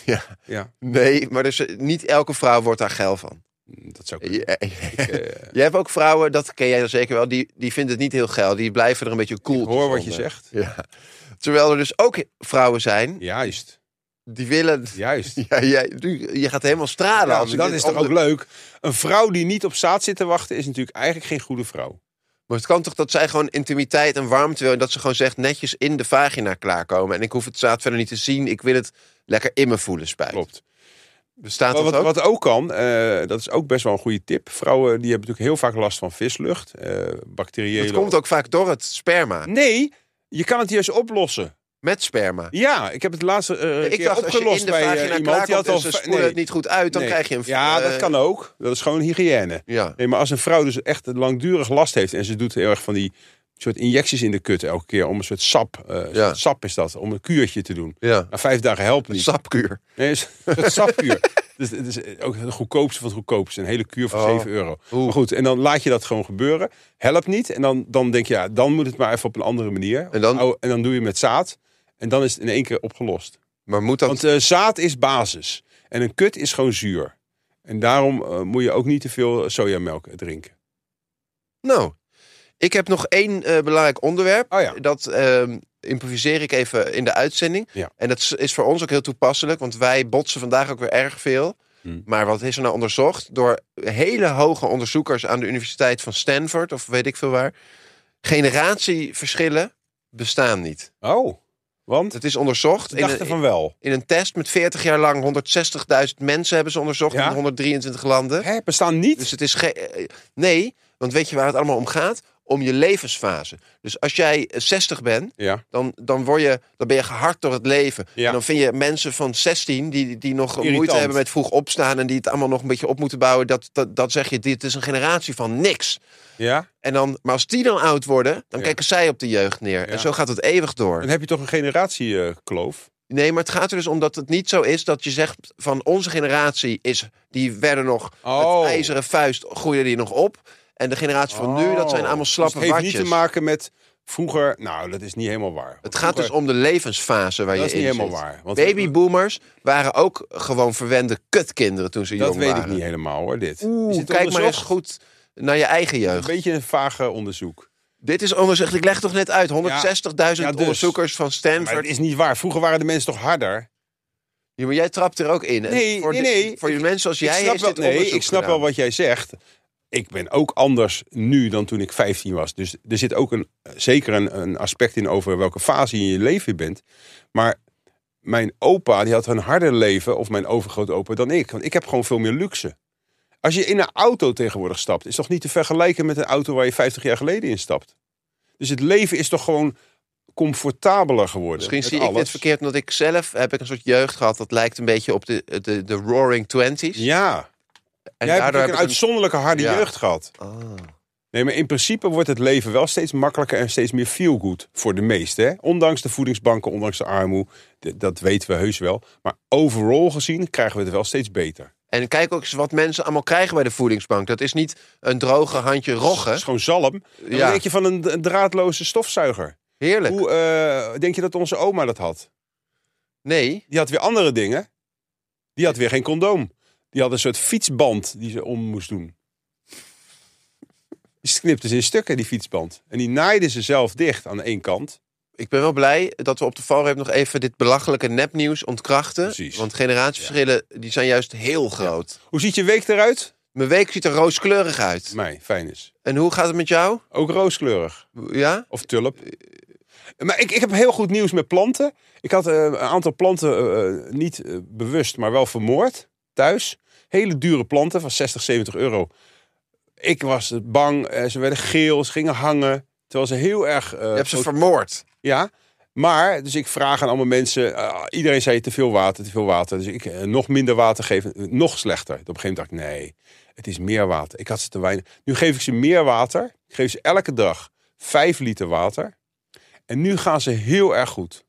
Ja. Ja, Nee, maar dus eh, niet elke vrouw wordt daar geil van. dat zou kunnen. Je, eh, je hebt ook vrouwen, dat ken jij dan zeker wel, die, die vinden het niet heel geil. Die blijven er een beetje cool. Ik hoor wat je onder. zegt. Ja. Terwijl er dus ook vrouwen zijn, Juist, die willen... juist. Ja, jij- nu- je gaat helemaal stralen. Ja, als maar ik dat dit is toch onder- ook leuk? Een vrouw die niet op zaad zit te wachten is natuurlijk eigenlijk geen goede vrouw. Maar het kan toch dat zij gewoon intimiteit en warmte wil. En dat ze gewoon zegt netjes in de vagina klaarkomen. En ik hoef het zaad verder niet te zien. Ik wil het lekker in me voelen, spijt. Klopt. Bestaat Maar dat wat, ook? wat ook kan, eh, dat is ook best wel een goede tip. Vrouwen die hebben natuurlijk heel vaak last van vislucht, eh bacteriële... dat komt ook vaak door het sperma. Nee, je kan het juist oplossen. Met sperma. Ja, Hm? ik heb het laatste eh ik keer dacht, als je opgelost in de bij eh, vagina iemand. Die klaarkomt had en al ze v- spoelen nee. het niet goed uit, dan Nee. krijg je een... Ja, dat eh, kan ook. Dat is gewoon hygiëne. Ja. Nee, maar als een vrouw dus echt langdurig last heeft en ze doet heel erg van die soort injecties in de kut elke keer om een soort sap, eh, een Ja. soort sap is dat, om een kuurtje te doen. ja. Na vijf dagen helpt niet. Sapkuur. Nee, het is een soort sapkuur. Dus het is ook het goedkoopste van het goedkoopste. Een hele kuur voor Oh. 7 euro. Maar goed, en dan laat je dat gewoon gebeuren. Helpt niet. En dan, dan denk je, ja, dan moet het maar even op een andere manier. En dan- Oh, en dan doe je met zaad. En dan is het in één keer opgelost. Maar moet dat... Want eh, zaad is basis. En een kut is gewoon zuur. En daarom eh, moet je ook niet te veel sojamelk drinken. Nou, ik heb nog één eh, belangrijk onderwerp. Oh ja. Dat ehm, improviseer ik even in de uitzending. Ja. En dat is- is voor ons ook heel toepasselijk, want wij botsen vandaag ook weer erg veel. Hm. Maar wat is er nou onderzocht? Door hele hoge onderzoekers aan de Universiteit van Stanford, of weet ik veel waar. Generatieverschillen bestaan niet. Oh, want Het is onderzocht. ze In dachten een, van wel. in een test met 40 jaar lang 160.000 mensen hebben ze onderzocht Ja? in 123 landen. Hè, bestaan niet? Dus het is geen. eh, Nee, want weet je waar het allemaal om gaat? Om je levensfase. Dus als jij eh, 60 bent, ja. dan, dan, word je, dan ben je gehard door het leven. Ja. En dan vind je mensen van 16 die, die nog Irritant. moeite hebben met vroeg opstaan en die het allemaal nog een beetje op moeten bouwen. Dat, dat, dat zeg je, dit is een generatie van niks. ja. En dan, maar als die dan oud worden, dan Ja. kijken zij op de jeugd neer. Ja. En zo gaat het eeuwig door. Dan heb je toch een generatiekloof. Nee, maar het gaat er dus om dat het niet zo is dat je zegt van onze generatie is, die werden nog Oh. met ijzeren vuist groeiden die nog op. En de generatie van nu, dat zijn allemaal slappe dus het heeft watjes. niet te maken met vroeger... Nou, dat is niet helemaal waar. Het gaat dus Vroeger- om de levensfase waar Dat je is in niet helemaal zit. waar. Want Babyboomers waren ook gewoon verwende kutkinderen toen ze Dat jong weet waren. ik niet helemaal hoor, dit. Is Oeh, dit kijk maar eens onderzocht? goed naar je eigen Een jeugd. beetje een vage onderzoek. Dit is onderzocht, ik leg toch net uit, 160.000 Ja, dus. onderzoekers van Maar Stanford. het is niet waar. Vroeger waren de mensen toch harder? Ja, maar jij trapt er ook in. En Nee, voor nee, de- nee. Voor de mensen als jij ik snap, is wel, dit nee, onderzoek ik snap wel gedaan. wat jij zegt. Ik ben ook anders nu dan toen ik 15 was. Dus er zit ook een, zeker een, een aspect in over welke fase je in je leven je bent. Maar mijn opa die had een harder leven, of mijn overgrootopa, dan ik. Want ik heb gewoon veel meer luxe. Als je in een auto tegenwoordig stapt, is toch niet te vergelijken met een auto waar je 50 jaar geleden in stapt. Dus het leven is toch gewoon comfortabeler geworden. Misschien met zie ik dit alles. verkeerd, omdat ik zelf heb ik een soort jeugd gehad dat lijkt een beetje op de, de, de Roaring Twenties. Ja, en jij hebt natuurlijk een heb ik uitzonderlijke harde Ja. jeugd gehad. Ah. Nee, maar in principe wordt het leven wel steeds makkelijker en steeds meer feel-good voor de meesten. Hè? Ondanks de voedingsbanken, ondanks de armoede. D- dat weten we heus wel. Maar overal gezien krijgen we het wel steeds beter. En kijk ook eens wat mensen allemaal krijgen bij de voedingsbank. Dat is niet een droge handje Het roggen. is gewoon zalm. En Ja. Wat denk je van een, een draadloze stofzuiger? Heerlijk. Hoe eh, denk je dat onze oma dat had? Nee. Die had weer andere dingen. Die had weer geen condoom. Die had een soort fietsband die ze om moest doen. Die knipte ze in stukken, die fietsband. En die naaide ze zelf dicht aan één kant. Ik ben wel blij dat we op de valreep nog even dit belachelijke nepnieuws ontkrachten. Precies. Want generatieverschillen die zijn juist heel groot. Hoe ziet je week eruit? Mijn week ziet er rooskleurig uit. Mij, fijn is. En hoe gaat het met jou? Ook rooskleurig. Ja? Of tulp. Maar ik, ik heb heel goed nieuws met planten. Ik had eh, een aantal planten eh, eh, niet eh, bewust, maar wel vermoord. Thuis. Hele dure planten van 60, 70 euro. Ik was bang. eh, ze werden geel. Ze gingen hangen. Terwijl ze heel erg... eh, Je hebt ze foto- vermoord. Ja, maar dus ik vraag aan allemaal mensen. ah, iedereen zei te veel water, te veel water. Dus ik eh, nog minder water geven, eh, nog slechter. Op een gegeven moment dacht ik, nee, het is meer water. Ik had ze te weinig. Nu geef ik ze meer water. Ik geef ze elke dag 5 liter water. En nu gaan ze heel erg goed.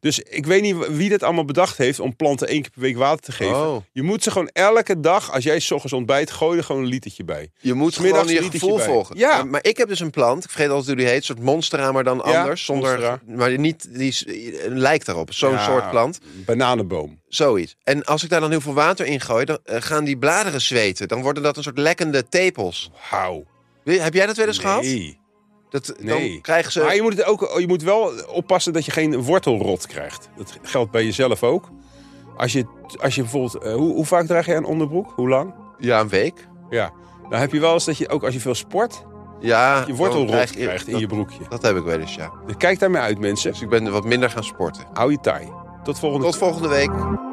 Dus ik weet niet wie dit allemaal bedacht heeft om planten één keer per week water te geven. Oh. Je moet ze gewoon elke dag, als jij 's ochtends ontbijt, gooi er gewoon een litertje bij. Je moet Smiddags gewoon je liet ik gevoel je bij. volgen. Ja. Maar, maar ik heb dus een plant. Ik vergeet altijd hoe die heet. Een soort monstera, maar dan Ja, anders. Zonder, monstera. maar niet, die is- een lijkt daarop. Zo'n Ja. soort plant. Bananenboom. Zoiets. En als ik daar dan heel veel water in gooi, dan eh, gaan die bladeren zweten. Dan worden dat een soort lekkende tepels. Hou. Wil- Heb jij dat wel eens gehad? Nee. Dat, Nee. Dan krijgen ze... Maar je moet, het ook, je moet wel oppassen dat je geen wortelrot krijgt. Dat geldt bij jezelf ook. Als je, als je bijvoorbeeld... eh, hoe, hoe vaak draag jij een onderbroek? Hoe lang? Ja, een week. Ja. Dan heb je wel eens dat je, ook als je veel sport, Ja, je dan wortelrot krijg krijgt, in dat, je broekje. Dat heb ik wel eens, ja. Dus kijk daarmee uit, mensen. Dus ik ben wat minder gaan sporten. Hou je taai. Tot volgende Tot volgende week.